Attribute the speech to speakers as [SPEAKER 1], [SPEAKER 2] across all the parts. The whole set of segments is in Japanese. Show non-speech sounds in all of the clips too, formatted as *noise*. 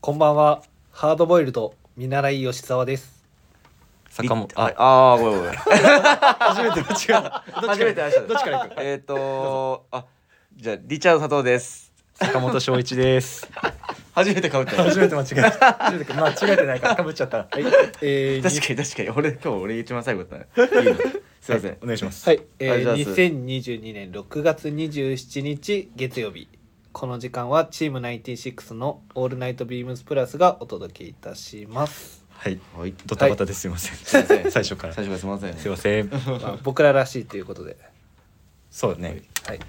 [SPEAKER 1] こんばんは。ハードボイルド見習い吉沢です。
[SPEAKER 2] 坂本
[SPEAKER 3] あ
[SPEAKER 2] あ
[SPEAKER 3] あーごめんごめん
[SPEAKER 1] *laughs* 初めてどっちが
[SPEAKER 3] 初めて会いました
[SPEAKER 1] どっちから行く。
[SPEAKER 3] えっとあじゃあリチャード佐藤です
[SPEAKER 2] 坂本翔一です。
[SPEAKER 3] *laughs* 初めてかぶった確
[SPEAKER 2] 初めて間違えた。初めて間違えてないから被っちゃった。
[SPEAKER 1] はい。えー、
[SPEAKER 2] *laughs*
[SPEAKER 3] かに確かに俺今日俺一番最後だったねいいのすいません
[SPEAKER 2] お願いします。
[SPEAKER 1] はい、え
[SPEAKER 3] ありがとう
[SPEAKER 1] ー、
[SPEAKER 3] ござ
[SPEAKER 1] 2022年6月27日月曜日この時間はチーム96の「オールナイトビームスプラス」がお届けいたし
[SPEAKER 2] *laughs*
[SPEAKER 1] ます、
[SPEAKER 2] はい。
[SPEAKER 3] はい
[SPEAKER 2] ドタバタですいません。
[SPEAKER 3] すいません
[SPEAKER 2] 最初から。
[SPEAKER 3] 最初からすいません
[SPEAKER 2] すいません。
[SPEAKER 1] まあ、僕ららしいということで、
[SPEAKER 2] そうね。
[SPEAKER 1] はい、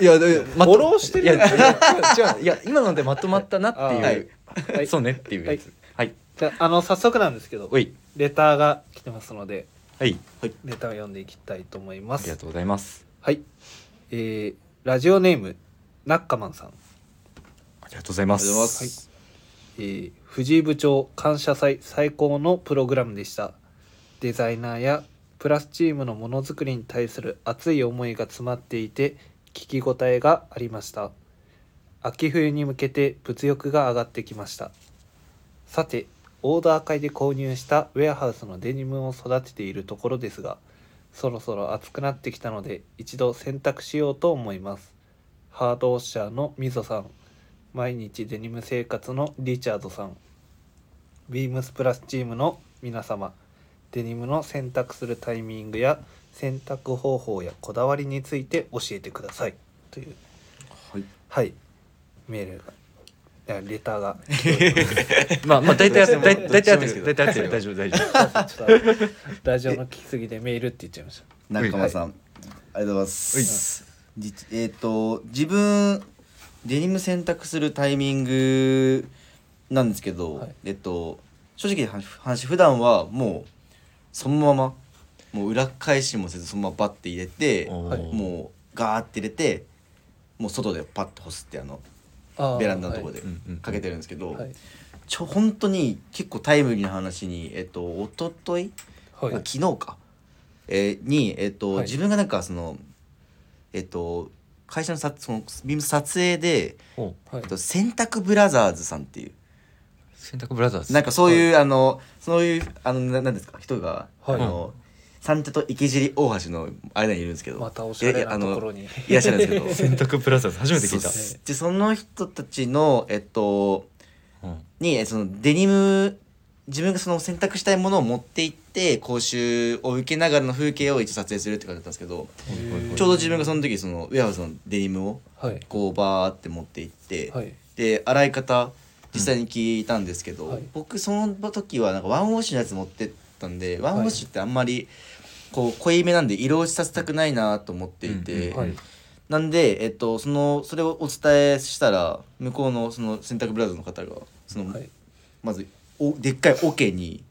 [SPEAKER 2] いやでま
[SPEAKER 1] フォローしてる
[SPEAKER 2] いやいや違う違ういや今のでまとまったなっていう。
[SPEAKER 1] あ
[SPEAKER 2] はい
[SPEAKER 1] はい
[SPEAKER 2] そうねっていうやつ。はい。
[SPEAKER 1] じゃああの早速なんですけど
[SPEAKER 2] おい。
[SPEAKER 1] レターが来てますので
[SPEAKER 2] はい。
[SPEAKER 1] レターを読んでいきたいと思い
[SPEAKER 2] あ
[SPEAKER 1] ま
[SPEAKER 2] りが
[SPEAKER 1] す
[SPEAKER 2] とうございます。
[SPEAKER 1] はいえー、ラジオネームナッカマンさん、
[SPEAKER 2] ありがとうございま
[SPEAKER 3] ありがとうござい
[SPEAKER 2] す。
[SPEAKER 3] ま
[SPEAKER 1] はい
[SPEAKER 3] す
[SPEAKER 1] えー藤井部長感謝祭最高のプログラムでしたデザイナーやプラスチームのものづくりに対する熱い思いが詰まっていて聞き応えがありました秋冬に向けて物欲が上がってきましたさてオーダー会で購入したウェアハウスのデニムを育てているところですがそろそろ暑くなってきたので一度洗濯しようと思いますハードウォッシャーのみぞさん毎日デニム生活のリチャードさんビームスプラスチームの皆様デニムの洗濯するタイミングや洗濯方法やこだわりについて教えてくださいという
[SPEAKER 3] はい
[SPEAKER 1] はいメールがいやレター
[SPEAKER 4] *laughs*
[SPEAKER 1] が
[SPEAKER 2] まあまあ大体大体大体合ってる
[SPEAKER 3] ど
[SPEAKER 2] 大
[SPEAKER 3] っちで
[SPEAKER 2] 体合
[SPEAKER 3] も
[SPEAKER 2] っ
[SPEAKER 3] いいですけど
[SPEAKER 2] てる大丈夫大丈夫。
[SPEAKER 1] ちょっとラジオの聞きすぎでメールって言っちゃいました
[SPEAKER 4] 仲間さん、ありがとうございま
[SPEAKER 2] おい。
[SPEAKER 4] す。じえっ、と自分デニム洗濯するタイミングなんですけど、
[SPEAKER 1] はい
[SPEAKER 4] えっと正直な話普段はもうそのままもう裏返しもせずそのままバッて入れて
[SPEAKER 2] おー
[SPEAKER 4] もうガーって入れてもう外でパッと干すってあの
[SPEAKER 1] あー
[SPEAKER 4] ベランダのところで
[SPEAKER 2] うんうん
[SPEAKER 4] かけてるんですけど、
[SPEAKER 1] はい
[SPEAKER 4] ちょ本当に結構タイムリーな話にえっと一昨日
[SPEAKER 1] はい、は
[SPEAKER 4] まあ
[SPEAKER 1] い
[SPEAKER 4] 昨日か、えーに、えっと
[SPEAKER 1] はい
[SPEAKER 4] 自分がなんかそのえっと会社のさそのビームス撮影で、
[SPEAKER 2] おー
[SPEAKER 1] はい
[SPEAKER 4] えっと、洗濯ブラザーズさんっていう
[SPEAKER 2] 洗濯ブラザーズ。
[SPEAKER 4] なんかそういう、あのそういうあのななんですか人が、
[SPEAKER 1] はい
[SPEAKER 4] あの三茶と池尻大橋の間にいるんですけど
[SPEAKER 1] またおしゃれ
[SPEAKER 4] いやい
[SPEAKER 1] な
[SPEAKER 4] や
[SPEAKER 1] ところに
[SPEAKER 4] あのいらっしゃるんですけ
[SPEAKER 1] *laughs*
[SPEAKER 4] ど
[SPEAKER 2] 洗濯ブラザーズ初めて聞い
[SPEAKER 4] そう
[SPEAKER 2] た
[SPEAKER 4] っ。すでその人たちのえっと
[SPEAKER 2] うん
[SPEAKER 4] にえそのデニム自分がその選択したいものを持って行って講習を受けながらの風景を一応撮影するって感じだったんですけどちょうど自分がその時そのウェアハウスのデニムを
[SPEAKER 1] はい
[SPEAKER 4] こうバーって持って行って、
[SPEAKER 1] はい
[SPEAKER 4] で洗い方実際に聞いたんですけど、
[SPEAKER 1] うんはい
[SPEAKER 4] 僕その時はなんかワンウォッシュのやつ持ってったんでワンウォッシュってあんまりこう濃いめなんで色落ちさせたくないなと思っていて、
[SPEAKER 2] うん
[SPEAKER 1] はい
[SPEAKER 4] なんで、えっと、そのそれをお伝えしたら向こうのその洗濯ブラウザーの方がその、
[SPEAKER 1] はい
[SPEAKER 4] まずおでっかい桶に、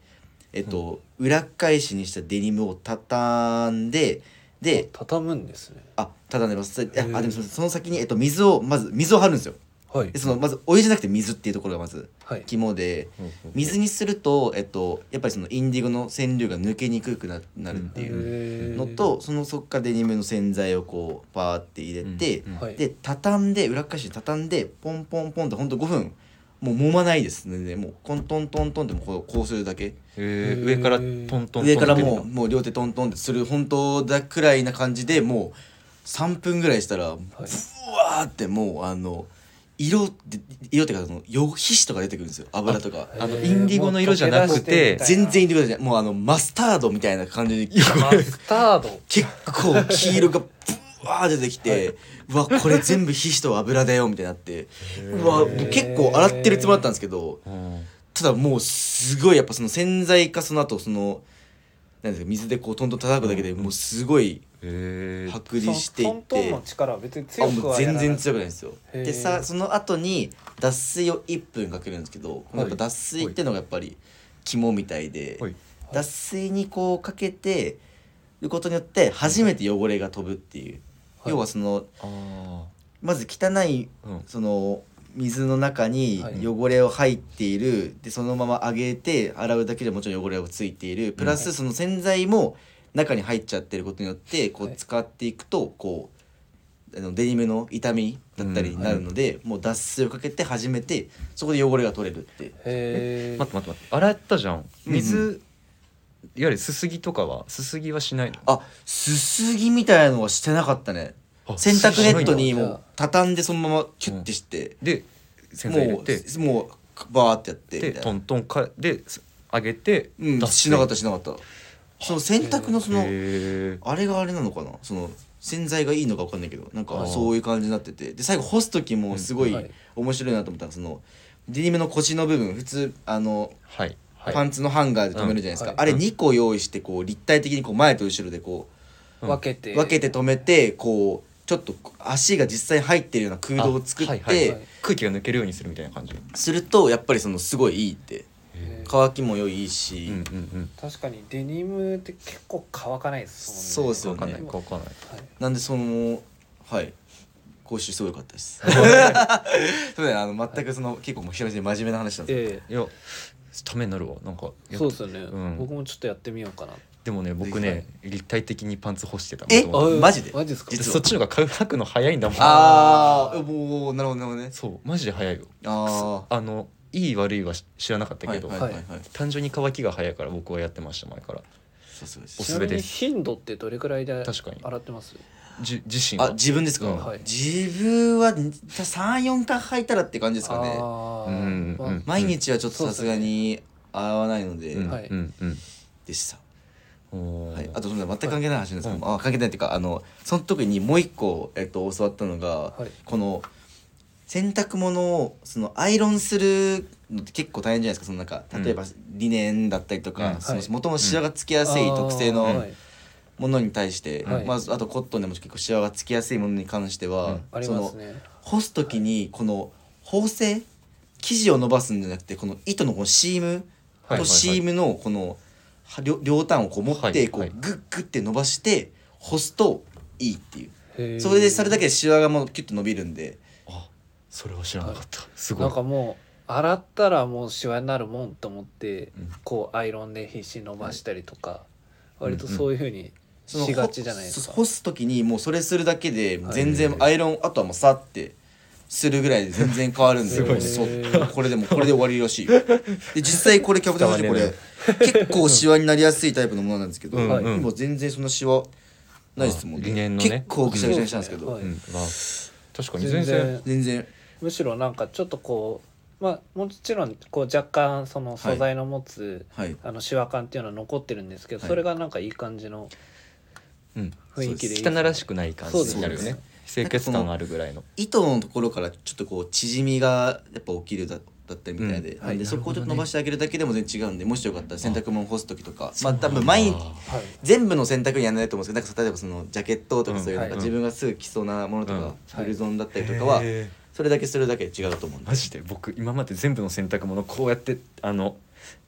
[SPEAKER 4] えっと裏返しにしたデニムを畳んでで
[SPEAKER 1] 畳むんですね
[SPEAKER 4] あ畳んでます
[SPEAKER 1] へー
[SPEAKER 4] ああでもそのその先に、えっと、水をまず水を張るんですよ
[SPEAKER 1] はい
[SPEAKER 4] でそのまずお湯じゃなくて水っていうところがまず
[SPEAKER 1] はい
[SPEAKER 4] 肝で
[SPEAKER 2] うんうん
[SPEAKER 4] 水にすると、えっと、やっぱりそのインディゴの染料が抜けにくくななるっていう
[SPEAKER 1] いう
[SPEAKER 4] のと、そのそっからデニムの洗剤をこうパーって入れて、
[SPEAKER 2] うんうん
[SPEAKER 1] はい
[SPEAKER 4] で畳んで裏返しで畳んでポンポンポンってほんと5分もう揉まないですねもうコントントントンってもうこうこうするだけ
[SPEAKER 2] えー、上からトントントン
[SPEAKER 4] 上からもう
[SPEAKER 2] う
[SPEAKER 4] もう両手トントンってする本当だくらいな感じでもう3分ぐらいしたらブワーってもうあの色って色っていうかそのよ皮脂とか出てくるんですよ油とか
[SPEAKER 2] あのインディゴの色じゃなくて
[SPEAKER 4] 全然
[SPEAKER 1] い
[SPEAKER 4] いいってことじゃないもうあのマスタードみたいな感じで
[SPEAKER 1] マスタード
[SPEAKER 4] 結構黄色がブワー出てきて、うわこれ全部皮脂と油だよみたいになってうわ結構洗ってるつもりだったんですけど
[SPEAKER 2] うん
[SPEAKER 4] ただもうすごいやっぱその洗剤かその後そのなんですか水でこうトントン叩くだけでもうすごい
[SPEAKER 2] えー、
[SPEAKER 4] 剥離してい
[SPEAKER 1] その
[SPEAKER 4] っ
[SPEAKER 1] トントン
[SPEAKER 4] て
[SPEAKER 1] の力は別に
[SPEAKER 4] あ
[SPEAKER 1] 強く
[SPEAKER 4] もう
[SPEAKER 1] はやら
[SPEAKER 4] 全
[SPEAKER 1] ない
[SPEAKER 4] 然強くないんですよ
[SPEAKER 1] へー
[SPEAKER 4] でさその後に脱水を1分かけるんですけど、
[SPEAKER 2] はい
[SPEAKER 4] やっぱ脱水ってのがやっぱり肝みたいで、
[SPEAKER 2] はい
[SPEAKER 4] 脱水にこうかけてることによって初めて汚れが飛ぶっていう、
[SPEAKER 1] はい
[SPEAKER 4] 要はその
[SPEAKER 2] あ
[SPEAKER 4] まず汚い
[SPEAKER 2] あうん
[SPEAKER 4] その水の中に
[SPEAKER 1] はい
[SPEAKER 4] 汚れを入っている、でそのまま上げて洗うだけでもちろん汚れがついているプラスその洗剤も中に入っちゃってることによってこ
[SPEAKER 1] は
[SPEAKER 4] う
[SPEAKER 1] い
[SPEAKER 4] 使っていくとこうあのデニムの傷みだったりになるので、もう脱水をかけて始めてそこで汚れが取れるって
[SPEAKER 1] へえ
[SPEAKER 2] 待って待って待って洗ったじゃん
[SPEAKER 4] うん
[SPEAKER 2] 水、いわゆるすすぎとかはすすぎはしないの
[SPEAKER 4] あすすぎみたいなのはしてなかったね洗濯ネットにもう畳んでそのままキュッてして、
[SPEAKER 2] で洗剤入れ
[SPEAKER 4] も
[SPEAKER 2] て
[SPEAKER 4] うもうバーってやってみ
[SPEAKER 2] で
[SPEAKER 4] たい
[SPEAKER 2] ト
[SPEAKER 4] な
[SPEAKER 2] ントンかです上げて
[SPEAKER 4] うん
[SPEAKER 2] 脱水
[SPEAKER 4] しなかったしなかったその洗濯のその
[SPEAKER 2] へ
[SPEAKER 4] あれがあれなのかなその洗剤がいいのか分かんないけどなん
[SPEAKER 2] あ
[SPEAKER 4] か
[SPEAKER 2] ー
[SPEAKER 4] そういう感じになっててで最後干す時もすごい
[SPEAKER 1] うんはい
[SPEAKER 4] 面白いなと思ったのがそのデニムの腰の部分普通あの
[SPEAKER 2] はいはい
[SPEAKER 4] パンツのハンガーで留めるじゃないですか、
[SPEAKER 1] うん
[SPEAKER 4] あれ
[SPEAKER 2] うん
[SPEAKER 4] 2個用意してこう立体的にこう前と後ろでこ
[SPEAKER 2] うん
[SPEAKER 1] 分けて
[SPEAKER 4] う分けて留めてこうちょっと足が実際入ってるような空洞を作っ
[SPEAKER 2] あはいはい
[SPEAKER 1] は
[SPEAKER 4] て
[SPEAKER 1] い
[SPEAKER 2] 空気が抜けるようにするみたいな感じ
[SPEAKER 4] するとやっぱりそのすごいいいって
[SPEAKER 1] へー
[SPEAKER 4] 乾きも良いし、
[SPEAKER 2] うんうん
[SPEAKER 1] 確かにデニムって結構乾かないですもんね
[SPEAKER 4] そ
[SPEAKER 2] うん
[SPEAKER 4] うですよ
[SPEAKER 2] わかん
[SPEAKER 4] ね
[SPEAKER 2] ないわかんな
[SPEAKER 1] は
[SPEAKER 2] い
[SPEAKER 1] い
[SPEAKER 4] なんでそのはい講習すごい良かったです *laughs* そうねあの全くその結構もう久々に真面目な話なんですけど
[SPEAKER 1] え
[SPEAKER 2] いやためになるわなんか
[SPEAKER 1] え
[SPEAKER 2] やっ
[SPEAKER 1] そうですよね、
[SPEAKER 2] うん
[SPEAKER 1] 僕もちょっとやってみようかな
[SPEAKER 2] でもね僕ね立体的にパンツ干してた
[SPEAKER 4] え
[SPEAKER 2] 元
[SPEAKER 4] あ
[SPEAKER 2] 々
[SPEAKER 4] マジで
[SPEAKER 1] マジですか
[SPEAKER 4] 実は
[SPEAKER 2] そっちの方が乾くの早いんだもん
[SPEAKER 4] ああもうなるほどなるほどね
[SPEAKER 2] そうマジで早いよ
[SPEAKER 4] あ
[SPEAKER 2] あのいい悪いは知知らなかった
[SPEAKER 4] あ
[SPEAKER 2] けど、
[SPEAKER 4] はいはいはい、はい、
[SPEAKER 2] 単純に乾きが早いから僕はやってました前から
[SPEAKER 4] さすがです
[SPEAKER 2] お
[SPEAKER 1] ち
[SPEAKER 2] す
[SPEAKER 1] な
[SPEAKER 2] べ
[SPEAKER 1] み
[SPEAKER 2] て
[SPEAKER 1] に
[SPEAKER 2] です
[SPEAKER 1] 頻度ってどれくらいで
[SPEAKER 2] 確かに
[SPEAKER 1] 洗ってます
[SPEAKER 2] じ自身
[SPEAKER 4] あ
[SPEAKER 2] は
[SPEAKER 4] 自分ですか、
[SPEAKER 2] うん
[SPEAKER 1] はい
[SPEAKER 4] 自分は34回履いたらって感じですかね
[SPEAKER 1] あー
[SPEAKER 2] うん
[SPEAKER 1] まあ
[SPEAKER 2] うん
[SPEAKER 4] 毎日はちょっ
[SPEAKER 1] そ
[SPEAKER 4] と
[SPEAKER 1] うで
[SPEAKER 4] さ
[SPEAKER 1] す
[SPEAKER 4] す
[SPEAKER 1] ね
[SPEAKER 4] がに洗わないので、
[SPEAKER 2] うん
[SPEAKER 1] はい
[SPEAKER 2] うんうん
[SPEAKER 4] でした、
[SPEAKER 2] おー
[SPEAKER 4] はい、あとそんな全く関係ない話なんですけど、
[SPEAKER 2] は
[SPEAKER 4] あ関係ないっていうかあのその時にもう一個、えっと、教わったのが、
[SPEAKER 1] はい
[SPEAKER 4] この洗濯物をそのアイロンするのって結構大変じゃないですかそのなんか例えばリネンだったりと
[SPEAKER 2] う
[SPEAKER 4] か
[SPEAKER 2] ん
[SPEAKER 4] その
[SPEAKER 1] はい
[SPEAKER 4] 元々シワがつきやすい特性
[SPEAKER 1] あー
[SPEAKER 4] の
[SPEAKER 1] はい
[SPEAKER 4] ものに対して、
[SPEAKER 1] はい
[SPEAKER 4] まずあとコットンでも結構シワがつきやすいものに関しては、
[SPEAKER 2] うん
[SPEAKER 1] あり
[SPEAKER 4] そ
[SPEAKER 1] ま
[SPEAKER 4] の
[SPEAKER 1] すね
[SPEAKER 4] 干す時にこの縫製生地を伸ばすんじゃなくてこの糸のこのシーム
[SPEAKER 2] はいはいは
[SPEAKER 4] と
[SPEAKER 2] い
[SPEAKER 4] シームのこのは両両端をこう持
[SPEAKER 2] は
[SPEAKER 4] っ
[SPEAKER 2] い
[SPEAKER 4] てこう
[SPEAKER 2] は
[SPEAKER 4] グ
[SPEAKER 2] い
[SPEAKER 4] ッグッて伸ばして干すといいっていう
[SPEAKER 1] へー
[SPEAKER 4] それでそれだけでシワがもうキュッと伸びるんで
[SPEAKER 2] あそれは知らなかった、すご
[SPEAKER 1] ないんかもう洗ったらもうシワになるもんと思って、
[SPEAKER 2] うん
[SPEAKER 1] こうアイロンで必死に伸ばしたりとか、
[SPEAKER 2] い
[SPEAKER 1] 割とそういうふうに
[SPEAKER 4] その
[SPEAKER 1] しがちじゃないですか、
[SPEAKER 4] ほ干す時にもうそれするだけで
[SPEAKER 1] はい
[SPEAKER 4] 全然アイロンあとはもうさってするぐらい
[SPEAKER 1] *laughs*
[SPEAKER 4] で全然変わるんで
[SPEAKER 1] すごいね
[SPEAKER 4] そうこれでもこれで終わりらしいよで実際これキャプテンマジでこ
[SPEAKER 2] 伝
[SPEAKER 4] れ
[SPEAKER 2] わ
[SPEAKER 4] 結構シワになりやすいタイプのものなんですけど、
[SPEAKER 2] うん
[SPEAKER 1] うん
[SPEAKER 4] 今全然そんなシワないですもん
[SPEAKER 2] あ理念のね
[SPEAKER 4] 結構ぐしゃぐしゃにしたんですけど、
[SPEAKER 1] そうで
[SPEAKER 2] う
[SPEAKER 1] ね
[SPEAKER 2] んまあ確か
[SPEAKER 1] はい
[SPEAKER 2] に
[SPEAKER 1] 全
[SPEAKER 2] 全然
[SPEAKER 1] 然
[SPEAKER 4] 全然
[SPEAKER 1] むしろなんかちょっとこうまあもちろんこう若干その素材の持つ、
[SPEAKER 4] はい
[SPEAKER 1] あのシワ感っていうのは残ってるんですけど、
[SPEAKER 4] はい
[SPEAKER 1] それがなんかいい感じの
[SPEAKER 2] うん
[SPEAKER 1] 雰囲気でいい
[SPEAKER 2] 汚らしくない感じになるよ
[SPEAKER 4] そう
[SPEAKER 2] ね
[SPEAKER 4] で
[SPEAKER 2] 清潔感あるぐらいの
[SPEAKER 4] 糸のところからちょっとこう縮みがやっぱ起きるだだったりみたいで、
[SPEAKER 2] う
[SPEAKER 1] は
[SPEAKER 2] ん
[SPEAKER 1] い
[SPEAKER 4] なんで
[SPEAKER 1] な
[SPEAKER 4] そこをちょっと伸ばしてあげるだけでも全然違うんでもしよかったら洗濯物干す時とかまあ多分毎日
[SPEAKER 1] はい
[SPEAKER 4] 全部の洗濯にやらないと思うんですけどなんか例えばそのジャケットとかそういう
[SPEAKER 1] うん
[SPEAKER 4] なんか
[SPEAKER 1] はい
[SPEAKER 4] 自分がすぐ着そうなものと
[SPEAKER 2] うん
[SPEAKER 4] か、
[SPEAKER 1] い
[SPEAKER 4] フルゾンだったりとかは
[SPEAKER 2] へー
[SPEAKER 4] それだけするだけで違うと思うんで
[SPEAKER 2] マジで僕今まで全部の洗濯物こうやってあの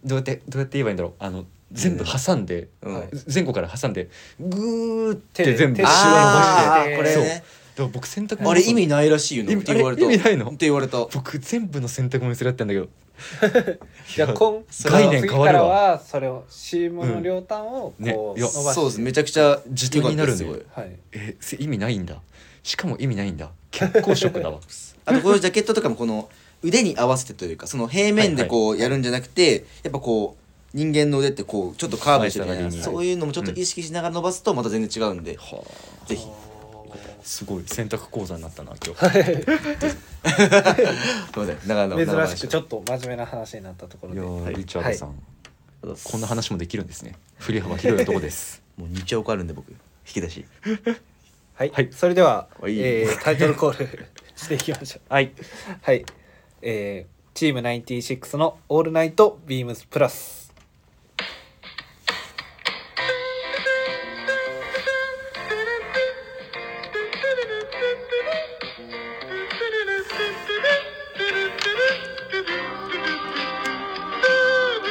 [SPEAKER 2] どうやってどうやって言えばいいんだろうあの全部挟んで、
[SPEAKER 4] うん
[SPEAKER 1] はい
[SPEAKER 2] 前後から挟んでぐーっ
[SPEAKER 1] 手
[SPEAKER 2] て
[SPEAKER 1] で
[SPEAKER 2] 全
[SPEAKER 1] 手
[SPEAKER 2] 部
[SPEAKER 1] で
[SPEAKER 2] シワ伸ばし
[SPEAKER 4] あ
[SPEAKER 2] て
[SPEAKER 1] 手
[SPEAKER 4] ーこ
[SPEAKER 1] で
[SPEAKER 4] れ
[SPEAKER 2] そう
[SPEAKER 4] ね
[SPEAKER 2] だから僕洗濯物
[SPEAKER 4] あれ意味ないらしいよね
[SPEAKER 2] 意
[SPEAKER 4] っ
[SPEAKER 2] 味
[SPEAKER 4] て言われ
[SPEAKER 2] あ
[SPEAKER 4] た
[SPEAKER 2] れ意味ないの
[SPEAKER 4] って言われた
[SPEAKER 2] 僕全部の洗濯物それやってんだけど
[SPEAKER 1] じゃあ今
[SPEAKER 2] 概念
[SPEAKER 1] 次
[SPEAKER 2] 変わ
[SPEAKER 1] か
[SPEAKER 2] る
[SPEAKER 1] ら
[SPEAKER 2] わ
[SPEAKER 1] はそれをシームの両端を
[SPEAKER 2] うんね
[SPEAKER 1] こう伸
[SPEAKER 2] いや
[SPEAKER 1] ばして、
[SPEAKER 4] そうですめちゃくちゃ
[SPEAKER 2] 自撮りになるんで
[SPEAKER 4] 良かったですごい
[SPEAKER 1] はい
[SPEAKER 2] えせ意味ないんだしかも意味ないんだ結構ショックだわ
[SPEAKER 4] あとこのジャケットとかもこの腕に合わせてというかその平面でこうやるんじゃなくて、やっぱこう人間の腕ってこうちょっとカーブしてるじゃないですか
[SPEAKER 2] はい
[SPEAKER 4] そういうのもちょっと意識しながら伸ばすとまた全然違うんで、
[SPEAKER 2] は
[SPEAKER 4] ぜひ
[SPEAKER 2] あすごい洗濯講座になったな今日
[SPEAKER 4] すいません長々
[SPEAKER 1] 珍しくちょ
[SPEAKER 4] っ
[SPEAKER 1] っと真面目な話になったところ
[SPEAKER 2] い
[SPEAKER 1] で
[SPEAKER 2] やー
[SPEAKER 1] はい
[SPEAKER 2] リチャードさん、
[SPEAKER 4] と
[SPEAKER 2] こんな話もできるんですね振り幅広い男です
[SPEAKER 1] *laughs*
[SPEAKER 4] もう2兆個あるんで僕引き出し
[SPEAKER 1] はい、
[SPEAKER 2] はい
[SPEAKER 1] それでは、
[SPEAKER 4] はい
[SPEAKER 1] えータイトルコール *laughs* していきましょ
[SPEAKER 2] はい、
[SPEAKER 1] うはいえー、チーム96の「オールナイトビームスプラス」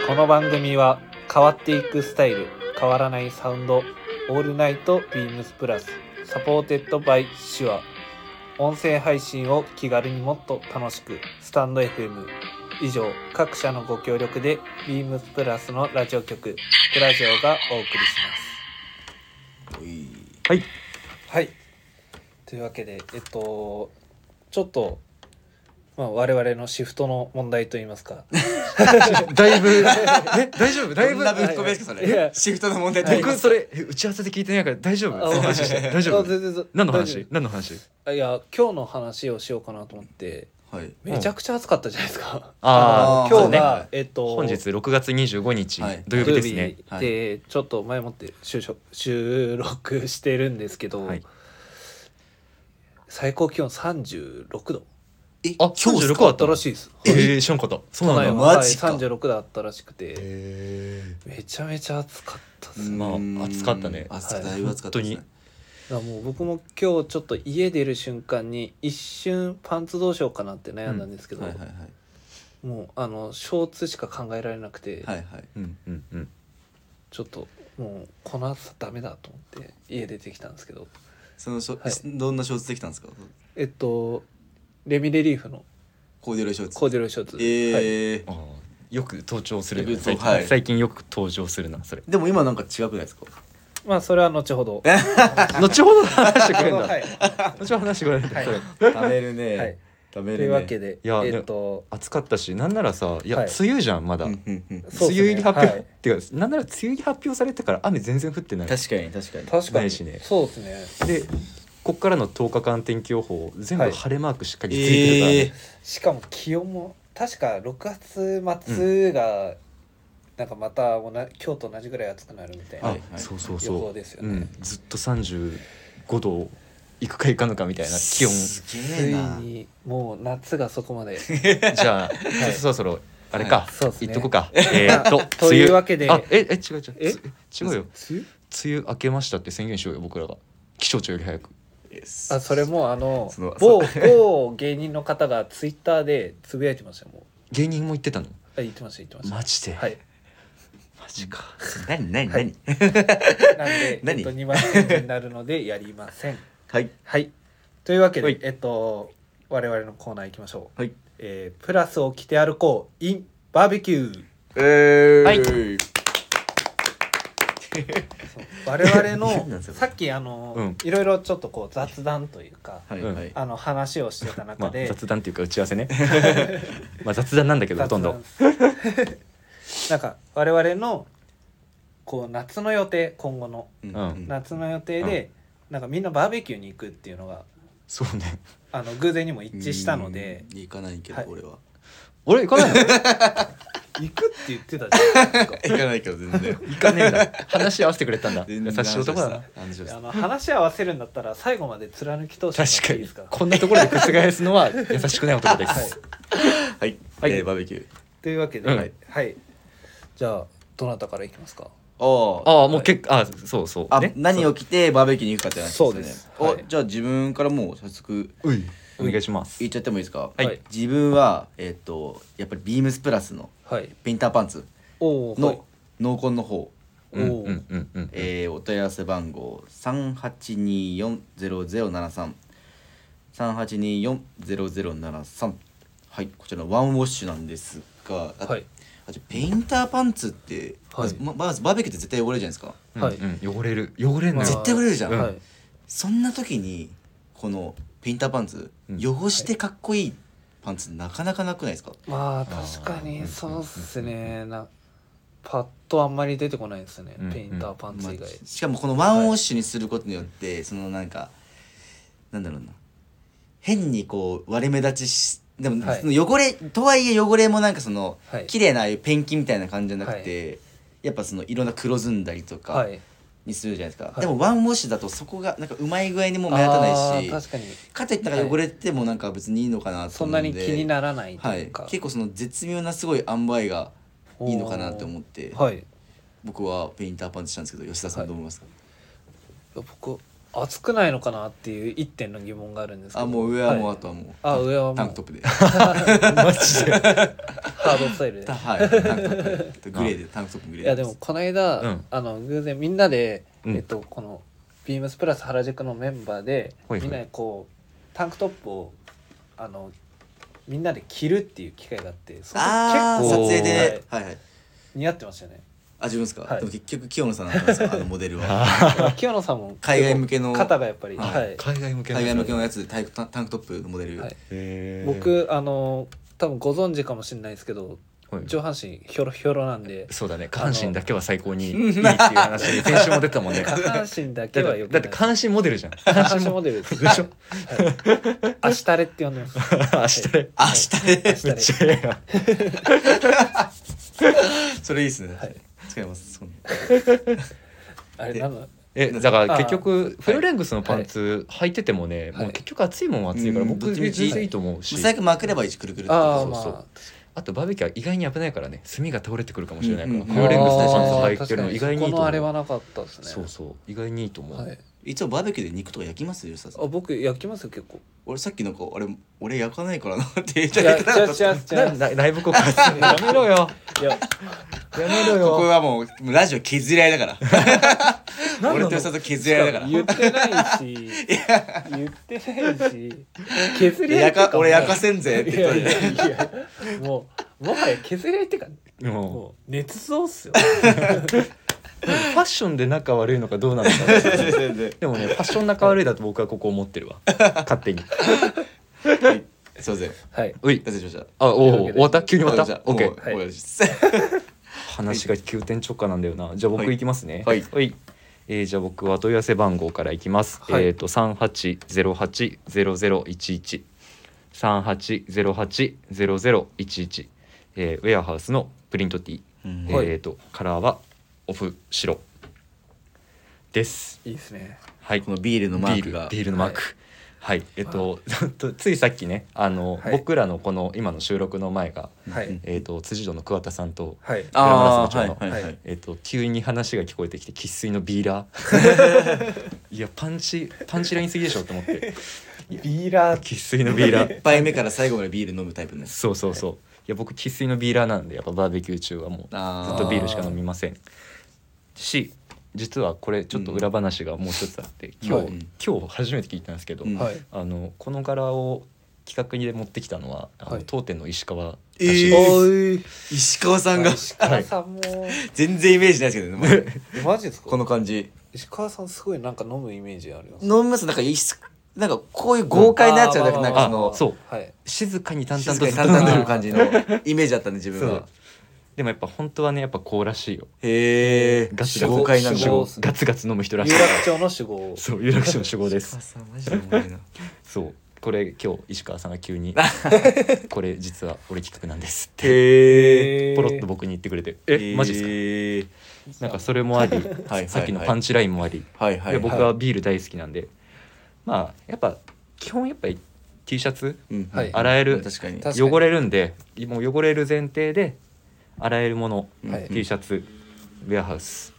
[SPEAKER 1] この番組は変わっていくスタイル変わらないサウンド「オールナイトビームスプラス」サポーテッドバイシュア音声配信を気軽にもっと楽しくスタンド FM 以上各社のご協力でビームスプラスのラジオ局「プラジオ」がお送りしますはいというわけでえっとちょっと、まあ、我々のシフトの問題といいますか
[SPEAKER 2] だいぶ *laughs* え大丈夫だい
[SPEAKER 4] ど
[SPEAKER 2] ぶ
[SPEAKER 4] んなぶっ込みですかそ
[SPEAKER 1] いや
[SPEAKER 4] れシフトの問題と言いま
[SPEAKER 2] 僕
[SPEAKER 4] す
[SPEAKER 2] それえ打ち合わせで聞いてないから大丈夫
[SPEAKER 1] あ
[SPEAKER 2] その話して大丈
[SPEAKER 1] あ
[SPEAKER 2] 夫
[SPEAKER 1] 全然
[SPEAKER 2] 何の
[SPEAKER 1] 大丈
[SPEAKER 2] 話何の話
[SPEAKER 1] 夫あいや今日の話をしようかなと思って
[SPEAKER 4] はい
[SPEAKER 1] めちゃくちゃ暑かったじゃないですか、
[SPEAKER 2] あ
[SPEAKER 1] の
[SPEAKER 4] ー
[SPEAKER 1] 今
[SPEAKER 4] そう
[SPEAKER 1] 日
[SPEAKER 4] ね
[SPEAKER 1] が、えっと
[SPEAKER 2] 本日6月25日
[SPEAKER 4] はい
[SPEAKER 2] 土曜日ですね
[SPEAKER 1] 土曜日でちょっと前もって収録収録してるんですけど、
[SPEAKER 2] はい
[SPEAKER 1] 最高気温36度
[SPEAKER 4] え
[SPEAKER 2] あ
[SPEAKER 4] 今日っす
[SPEAKER 2] 36
[SPEAKER 4] か
[SPEAKER 1] だっ
[SPEAKER 2] だったた
[SPEAKER 1] ら
[SPEAKER 2] の
[SPEAKER 1] しいです
[SPEAKER 2] ええ知らんかったそうなん
[SPEAKER 1] 都内
[SPEAKER 2] だ
[SPEAKER 1] は
[SPEAKER 4] ま
[SPEAKER 1] はい
[SPEAKER 4] マジか
[SPEAKER 1] 36度あったらしくて
[SPEAKER 4] へ
[SPEAKER 1] めちゃめちゃ暑かったです
[SPEAKER 4] ー
[SPEAKER 1] ね、
[SPEAKER 2] まあ
[SPEAKER 4] うん
[SPEAKER 2] 暑かったね
[SPEAKER 4] 暑かっただいぶ暑かったですね
[SPEAKER 2] 本
[SPEAKER 1] だからもう僕も今日ちょっと家出る瞬間に一瞬パンツどうしようかなって悩んだんですけど、
[SPEAKER 4] はいはいはい
[SPEAKER 1] もうあのショーツしか考えられなくて、
[SPEAKER 4] はいはい
[SPEAKER 2] うんうんうん
[SPEAKER 1] ちょっともうこの暑さダメだと思って家出てきたんですけど
[SPEAKER 4] そのしょ
[SPEAKER 1] はい
[SPEAKER 4] どんなショーツできたんですか
[SPEAKER 1] えっとレミレリーフの
[SPEAKER 4] コーデュロイショーツ
[SPEAKER 1] コーデュロイショーツ、はい
[SPEAKER 4] ええ
[SPEAKER 2] あーよく登場する
[SPEAKER 4] え
[SPEAKER 2] な
[SPEAKER 4] ぶ
[SPEAKER 2] 最近
[SPEAKER 4] はい
[SPEAKER 2] 最近よく登場するなそれ
[SPEAKER 4] でも今なんか違くないですか
[SPEAKER 1] まあそれは後ほど
[SPEAKER 2] *laughs* 後ほど話してくれるんだ
[SPEAKER 1] はい
[SPEAKER 2] 後ほど話してくれるんだ
[SPEAKER 1] はい
[SPEAKER 2] それ
[SPEAKER 4] 食べるね
[SPEAKER 1] はい
[SPEAKER 4] 食
[SPEAKER 1] と
[SPEAKER 4] べ
[SPEAKER 1] いうわけで、
[SPEAKER 2] いや
[SPEAKER 1] えっと
[SPEAKER 2] 暑かったしなんならさいや
[SPEAKER 1] はい
[SPEAKER 2] 梅雨じゃんまだ
[SPEAKER 4] うん
[SPEAKER 2] 梅
[SPEAKER 4] うんうん
[SPEAKER 1] そうっすね
[SPEAKER 2] 雨入り発表
[SPEAKER 1] はい
[SPEAKER 2] っていうかなんなら梅雨入り発表されてから雨全然降ってない
[SPEAKER 4] 確かに確かに
[SPEAKER 1] 確か
[SPEAKER 2] な
[SPEAKER 1] に
[SPEAKER 2] いしね
[SPEAKER 1] そうですね
[SPEAKER 2] でこっからの10日間天気予報全部
[SPEAKER 1] はい
[SPEAKER 2] 晴れマークしっかりついてるからね、
[SPEAKER 4] ええ
[SPEAKER 1] しかも気温も確か6月末が、なんかまた同じ今日と同じぐらい暑くなるみたいな、
[SPEAKER 2] あ、
[SPEAKER 4] はいはい
[SPEAKER 2] そうそうそう
[SPEAKER 1] 予報ですよね
[SPEAKER 2] うん、ずっと35度いくかいかぬかみたいな気温
[SPEAKER 4] す
[SPEAKER 1] つ
[SPEAKER 4] げえ
[SPEAKER 1] い
[SPEAKER 4] な
[SPEAKER 1] にもう夏がそこまで
[SPEAKER 2] じゃあ、ちょっとそろそろあれか、
[SPEAKER 1] そうですね
[SPEAKER 2] 言っとこ
[SPEAKER 1] *laughs*
[SPEAKER 2] うかえーっと
[SPEAKER 1] というわけで
[SPEAKER 2] 梅雨あええ違う違う
[SPEAKER 1] え
[SPEAKER 2] つ違うよ梅雨明けましたって宣言しようよ僕らが気象庁より早く
[SPEAKER 1] あそれもあの
[SPEAKER 3] その
[SPEAKER 1] 某某芸人の方がツイッターでつぶやいてましたよもう
[SPEAKER 2] 芸人も言ってたの
[SPEAKER 1] あ言ってました言ってました
[SPEAKER 2] マジで、
[SPEAKER 1] はい
[SPEAKER 2] マジか
[SPEAKER 4] 何何
[SPEAKER 1] はいな
[SPEAKER 4] 何
[SPEAKER 1] んで
[SPEAKER 4] 何
[SPEAKER 1] えっと2万円になるのでやりません
[SPEAKER 4] はい
[SPEAKER 1] はいというわけで、
[SPEAKER 4] はい
[SPEAKER 1] えっと我々のコーナー行きましょう、
[SPEAKER 4] はい
[SPEAKER 1] えープラスを着て歩こう in バーベキュー
[SPEAKER 4] えー
[SPEAKER 2] はい
[SPEAKER 1] 我々
[SPEAKER 4] 何なん
[SPEAKER 1] の
[SPEAKER 4] ですか
[SPEAKER 1] さっきあの、
[SPEAKER 2] うん
[SPEAKER 1] いろいろちょっとこう雑談というか、
[SPEAKER 4] はいはい
[SPEAKER 1] あの話をしてた
[SPEAKER 2] ま
[SPEAKER 1] 中
[SPEAKER 2] あ、
[SPEAKER 1] で、
[SPEAKER 2] 雑談っていうか打ち合わ
[SPEAKER 1] *laughs*
[SPEAKER 2] せね *laughs* まあ雑談なんだけどほとんど
[SPEAKER 1] 雑談 *laughs* ですなんか我々のこう夏の予定今後の
[SPEAKER 4] うん
[SPEAKER 2] うん
[SPEAKER 4] うん
[SPEAKER 1] 夏の予定で、なんかみんなバーベキューに行くっていうのが
[SPEAKER 2] そうね
[SPEAKER 1] あの偶然にも一致したので
[SPEAKER 4] うん行かないけ
[SPEAKER 1] は
[SPEAKER 4] ど
[SPEAKER 1] い
[SPEAKER 4] 俺は
[SPEAKER 2] 俺行かないの
[SPEAKER 1] 行くって言ってたじゃん
[SPEAKER 4] 行か *laughs* ないけど全 *laughs* 然
[SPEAKER 2] 行かねえんだ話し合わせてくれたんだ優
[SPEAKER 4] 全然
[SPEAKER 2] しい男だな
[SPEAKER 4] 話をし
[SPEAKER 1] *laughs*
[SPEAKER 4] た
[SPEAKER 1] あの話し合わせるんだったら最後まで貫き通してもらっ
[SPEAKER 2] 確
[SPEAKER 1] て
[SPEAKER 2] か
[SPEAKER 1] いい
[SPEAKER 2] に
[SPEAKER 1] ですか
[SPEAKER 2] こんなところで覆すのは優しくない男で
[SPEAKER 1] はい
[SPEAKER 2] す、
[SPEAKER 4] はい
[SPEAKER 2] はい
[SPEAKER 4] えーバーベキュー
[SPEAKER 1] というわけで、
[SPEAKER 2] うん
[SPEAKER 1] はい、じゃあどなたからいきますか
[SPEAKER 4] あ
[SPEAKER 2] あ
[SPEAKER 4] あ
[SPEAKER 2] あもうけっあそうそう
[SPEAKER 4] あ、
[SPEAKER 2] ね
[SPEAKER 4] 何を着てバーベキューに行くかって話です
[SPEAKER 1] そうです
[SPEAKER 4] お、
[SPEAKER 1] はい
[SPEAKER 4] じゃあ自分からもう早速
[SPEAKER 2] ういお願いします
[SPEAKER 4] 言っちゃってもいいですか
[SPEAKER 1] はい
[SPEAKER 4] 自分はえっ、とやっぱりビームスプラスの
[SPEAKER 1] はい
[SPEAKER 4] ペインターパンツ
[SPEAKER 1] おおはい
[SPEAKER 4] の濃紺の方、
[SPEAKER 1] お
[SPEAKER 2] うん
[SPEAKER 1] お、
[SPEAKER 2] うんうんうん
[SPEAKER 4] えーお問い合わせ番号38240073 38240073はいこちらのワンウォッシュなんですがあ,、
[SPEAKER 1] はい
[SPEAKER 4] あとペインターパンツって、
[SPEAKER 1] はい
[SPEAKER 4] ままずバーベキューって絶対汚れるじゃないですか
[SPEAKER 2] うん
[SPEAKER 1] はい
[SPEAKER 2] うん汚れる汚れん
[SPEAKER 1] ま
[SPEAKER 2] の
[SPEAKER 1] あ
[SPEAKER 4] 絶
[SPEAKER 2] よ
[SPEAKER 4] 対汚れるじゃん、
[SPEAKER 1] はい
[SPEAKER 4] そんな時にこのペインターパンツ、
[SPEAKER 2] うん
[SPEAKER 4] 汚してかっこいいパンツなかなかなくないですか
[SPEAKER 1] まあ確かにそうっすねなパッとあんまり出てこないですね、
[SPEAKER 2] うん
[SPEAKER 1] ペインターパンツ以外、
[SPEAKER 4] まあしかもこのワンウォッシュにすることによって、そのなんかなんだろうな変にこう割れ目立ちしでも、
[SPEAKER 1] はい
[SPEAKER 4] その汚れとはいえ汚れもなんかその、
[SPEAKER 1] はい
[SPEAKER 4] 綺麗なああいうペンキみたいな感じじゃなくて、やっぱそのいろんな黒ずんだりと
[SPEAKER 1] は
[SPEAKER 4] か
[SPEAKER 1] い
[SPEAKER 4] にするじゃないですか、
[SPEAKER 1] い
[SPEAKER 4] でもワンウォッシュだとそこがなんかうまい具合にもう目立た
[SPEAKER 1] あ
[SPEAKER 4] な
[SPEAKER 1] あ
[SPEAKER 4] いし
[SPEAKER 1] 確かに
[SPEAKER 4] かといってなんか汚れてもなんか別にいいのかなと
[SPEAKER 1] そん
[SPEAKER 4] 思う
[SPEAKER 1] なん
[SPEAKER 4] で、
[SPEAKER 1] に気にならないと
[SPEAKER 4] はいいう
[SPEAKER 1] か、
[SPEAKER 4] 結構その絶妙なすごい塩梅がいいのかなって思って、
[SPEAKER 1] はい
[SPEAKER 4] 僕はペインターパンツしたんですけど吉田さんどう思いますか、
[SPEAKER 1] 僕暑くないのかなっていう一点の疑問があるんですけど
[SPEAKER 4] あもう上はもう
[SPEAKER 1] は
[SPEAKER 4] あ
[SPEAKER 1] い *laughs*
[SPEAKER 4] とはもう、
[SPEAKER 1] あ上はもう
[SPEAKER 4] タンクトップで *laughs*
[SPEAKER 2] マジ *laughs* で
[SPEAKER 1] ハードスタイルで
[SPEAKER 4] *laughs* たはいタンクトッ
[SPEAKER 1] *laughs*
[SPEAKER 4] プでグレーでタンクトップグレー
[SPEAKER 1] いやでもこの間、
[SPEAKER 2] うん
[SPEAKER 1] あの偶然みんなで、
[SPEAKER 2] うん
[SPEAKER 1] えっとこのビームスプラス原宿のメンバーで、
[SPEAKER 2] はいはい
[SPEAKER 1] みんなでこうタンクトップをあのみんなで着るっていう機会があってその時
[SPEAKER 4] ああ
[SPEAKER 1] 結
[SPEAKER 4] 撮
[SPEAKER 1] 構
[SPEAKER 4] 影で、
[SPEAKER 1] はい
[SPEAKER 4] はいはい
[SPEAKER 2] *laughs*
[SPEAKER 1] 似合ってましたよね
[SPEAKER 4] あ自分ですか、
[SPEAKER 1] はい
[SPEAKER 4] でも結局清野さんだったんですよあのモデル
[SPEAKER 1] *laughs*
[SPEAKER 4] は
[SPEAKER 1] 清野さんも
[SPEAKER 4] 海外向けの
[SPEAKER 1] 肩がやっぱり、
[SPEAKER 4] はい
[SPEAKER 1] はい
[SPEAKER 2] 海外向け
[SPEAKER 4] 海外向けのや
[SPEAKER 2] つ
[SPEAKER 4] つでタイプタンタンクトップのモデル、
[SPEAKER 1] はい
[SPEAKER 2] へー
[SPEAKER 1] 僕あの多分ご存知かもしれないですけど
[SPEAKER 2] はい
[SPEAKER 1] 上半身ひょろひょろなんで
[SPEAKER 2] そうだね下半身だけは最高にいいっていう話先週も出てたもん
[SPEAKER 1] *laughs*
[SPEAKER 2] ね
[SPEAKER 1] 下半身だけ
[SPEAKER 2] だっ
[SPEAKER 1] は
[SPEAKER 2] て
[SPEAKER 1] よく
[SPEAKER 2] だ
[SPEAKER 1] な
[SPEAKER 2] っ
[SPEAKER 1] い
[SPEAKER 2] て下半身モデルじゃん
[SPEAKER 1] 下半身モデルです
[SPEAKER 2] でしょ
[SPEAKER 1] はいアシタレって呼んでます
[SPEAKER 2] 明日で
[SPEAKER 4] 明日ね
[SPEAKER 1] アシタ
[SPEAKER 2] め
[SPEAKER 1] レ
[SPEAKER 2] っちゃええやん
[SPEAKER 4] *laughs* それいいですね、
[SPEAKER 1] はい
[SPEAKER 4] 使いますそうね
[SPEAKER 1] あれなんだ
[SPEAKER 2] えだから結局フルレングスのパンツ履いててもね、
[SPEAKER 1] はい
[SPEAKER 2] もう結局暑いもんは暑いから、
[SPEAKER 4] うん
[SPEAKER 2] 僕
[SPEAKER 4] どっちみち
[SPEAKER 2] 全然いいと思うし、
[SPEAKER 4] 最悪まくれば一くるくるって
[SPEAKER 1] ああ
[SPEAKER 2] そう
[SPEAKER 1] ま
[SPEAKER 2] そ
[SPEAKER 1] あ
[SPEAKER 2] うあとバーベキューは意外に危ないからね炭が倒れてくるかもしれないから、
[SPEAKER 4] うんうん
[SPEAKER 2] フルレングスのパンツ
[SPEAKER 1] あー
[SPEAKER 2] 履いてるの意外にい
[SPEAKER 1] 確かそこ
[SPEAKER 2] いと
[SPEAKER 1] の
[SPEAKER 2] 思
[SPEAKER 1] あ
[SPEAKER 2] う
[SPEAKER 1] れはなかったですね
[SPEAKER 2] そうそう意外にいいと思う、
[SPEAKER 1] はい
[SPEAKER 4] いつもバーベキューで肉とか焼きますよさん
[SPEAKER 1] あ僕焼きますよ結構
[SPEAKER 4] 俺さっきなんかあれ俺焼かないから
[SPEAKER 1] *laughs*
[SPEAKER 4] なって言っ
[SPEAKER 1] い
[SPEAKER 4] ちゃ
[SPEAKER 1] や
[SPEAKER 4] い
[SPEAKER 1] 違
[SPEAKER 4] け
[SPEAKER 1] う
[SPEAKER 4] なかっ
[SPEAKER 1] 違
[SPEAKER 4] た
[SPEAKER 1] う違
[SPEAKER 2] な
[SPEAKER 1] う
[SPEAKER 2] なライブ告発やめろよ
[SPEAKER 1] いや
[SPEAKER 2] やめろ
[SPEAKER 4] ここ
[SPEAKER 2] よ
[SPEAKER 4] はもうもうラジオ削り合い
[SPEAKER 1] *laughs*
[SPEAKER 4] だから
[SPEAKER 2] 何なの
[SPEAKER 4] 俺とよさんと削り合いだから
[SPEAKER 1] 言ってないし言ってないし削り合い
[SPEAKER 4] や
[SPEAKER 1] っていう
[SPEAKER 4] か
[SPEAKER 1] か
[SPEAKER 4] 俺焼かせんぜって
[SPEAKER 1] いや
[SPEAKER 4] 言っとい
[SPEAKER 1] い
[SPEAKER 4] て
[SPEAKER 1] やいやもうもはや削り合いっていうか
[SPEAKER 2] も
[SPEAKER 1] もう熱造っすよ
[SPEAKER 2] うファッションで仲悪いのかどうなのかでもねファッション仲悪いだと僕はここ思ってるわ勝手に
[SPEAKER 4] はいすいません
[SPEAKER 1] はい
[SPEAKER 2] おい
[SPEAKER 4] 失礼しました
[SPEAKER 2] あおお終わった急に終わった
[SPEAKER 4] あ
[SPEAKER 2] オッケー
[SPEAKER 4] もう終わりです
[SPEAKER 2] 話が急転直下なんだよなじゃあ僕
[SPEAKER 4] はい
[SPEAKER 2] いきますね
[SPEAKER 4] はい
[SPEAKER 2] えーじゃあ僕は問い合わせ番号からいきます、
[SPEAKER 1] はい
[SPEAKER 2] えっ、ー、と38080011 38080011えー、ウェアハウスのプリントティー、
[SPEAKER 4] うん
[SPEAKER 1] はい
[SPEAKER 2] えっ、ー、とカラーはオフ白です
[SPEAKER 1] いいですね
[SPEAKER 2] はい
[SPEAKER 4] このビールのマークが
[SPEAKER 2] ビールビールのマークはい、えっと *laughs* ついさっきねあの、
[SPEAKER 1] はい
[SPEAKER 2] 僕らのこの今の収録の前が、
[SPEAKER 1] は
[SPEAKER 4] うん
[SPEAKER 1] い
[SPEAKER 2] えっと辻堂の桑田さんと
[SPEAKER 1] はい
[SPEAKER 4] ああ
[SPEAKER 2] フラ
[SPEAKER 4] は
[SPEAKER 2] ン
[SPEAKER 4] い
[SPEAKER 2] スの
[SPEAKER 4] はいは
[SPEAKER 1] はいい
[SPEAKER 2] えっと急に話が聞こえてきて生粋のビーラ
[SPEAKER 4] *laughs*
[SPEAKER 2] ーいやパンチパンチラインすぎでしょと思って
[SPEAKER 1] ビーラ
[SPEAKER 2] 生粋のビーラー
[SPEAKER 4] 一杯目から最後までビール飲むタイプです
[SPEAKER 2] そうそうそう、い、や僕生粋のビーラーなんでやっぱバーベキュー中はもう
[SPEAKER 4] あ
[SPEAKER 2] ず
[SPEAKER 4] ー
[SPEAKER 2] っとビールしか飲みませんし実はこれちょっと裏話がもう一つあって、今日、
[SPEAKER 4] うん
[SPEAKER 2] 今日初めて聞いたんですけど、
[SPEAKER 4] うん
[SPEAKER 1] はい
[SPEAKER 2] あのこの柄を企画に持ってきたのは、あの
[SPEAKER 1] はい
[SPEAKER 2] 当店の石川ら
[SPEAKER 4] え
[SPEAKER 2] しい
[SPEAKER 4] ー
[SPEAKER 2] です、
[SPEAKER 4] 石川さんが
[SPEAKER 1] 石川さんも
[SPEAKER 4] 全然イメージないですけど *laughs* ね
[SPEAKER 1] マジですか
[SPEAKER 4] この感じ
[SPEAKER 1] 石川さんすごいなんか飲むイメージあります
[SPEAKER 4] 飲みますなんかいすなんかこういう豪快なやつじゃなくてなんかそ
[SPEAKER 2] あ
[SPEAKER 4] の
[SPEAKER 2] そう
[SPEAKER 1] はい
[SPEAKER 2] 静かに淡々
[SPEAKER 4] 静
[SPEAKER 2] と
[SPEAKER 4] かに
[SPEAKER 2] ずっ
[SPEAKER 4] 淡
[SPEAKER 2] と飲ん
[SPEAKER 4] 々
[SPEAKER 2] で
[SPEAKER 4] と
[SPEAKER 2] る
[SPEAKER 4] る感じのイメージだったんで自分
[SPEAKER 2] そう
[SPEAKER 4] は
[SPEAKER 2] でもやっぱ本当はねやっぱこうらしいよ
[SPEAKER 4] へえ
[SPEAKER 2] ガツガツ
[SPEAKER 4] 豪快なん
[SPEAKER 1] 主
[SPEAKER 4] だ
[SPEAKER 2] 酒
[SPEAKER 1] 語
[SPEAKER 2] 豪ガツガツ飲む人らしい
[SPEAKER 1] 有楽町の主語を
[SPEAKER 2] そう有楽町の主語で
[SPEAKER 4] 石 *laughs*
[SPEAKER 2] す
[SPEAKER 4] 川さんマジでおもろいな
[SPEAKER 2] そうこれ今日石川さんが急
[SPEAKER 4] *laughs*
[SPEAKER 2] にこれ実は俺企画なんですって
[SPEAKER 4] へ
[SPEAKER 1] え
[SPEAKER 4] え
[SPEAKER 1] ー
[SPEAKER 2] ポロッと僕に言ってくれてえマジです
[SPEAKER 4] す
[SPEAKER 2] かなんかそれもあり
[SPEAKER 4] はい
[SPEAKER 2] さっきのパンチラインもあり
[SPEAKER 4] かはいはい
[SPEAKER 2] で僕はビール大好きなんでまあやっぱ基本やっぱり T シャツ
[SPEAKER 4] うん
[SPEAKER 1] はい
[SPEAKER 2] 洗える
[SPEAKER 4] 確かに
[SPEAKER 1] 確かに
[SPEAKER 2] 汚れるんでもう汚れる前提で洗えるもの
[SPEAKER 4] うん
[SPEAKER 1] はい
[SPEAKER 2] T シャツウェアハウス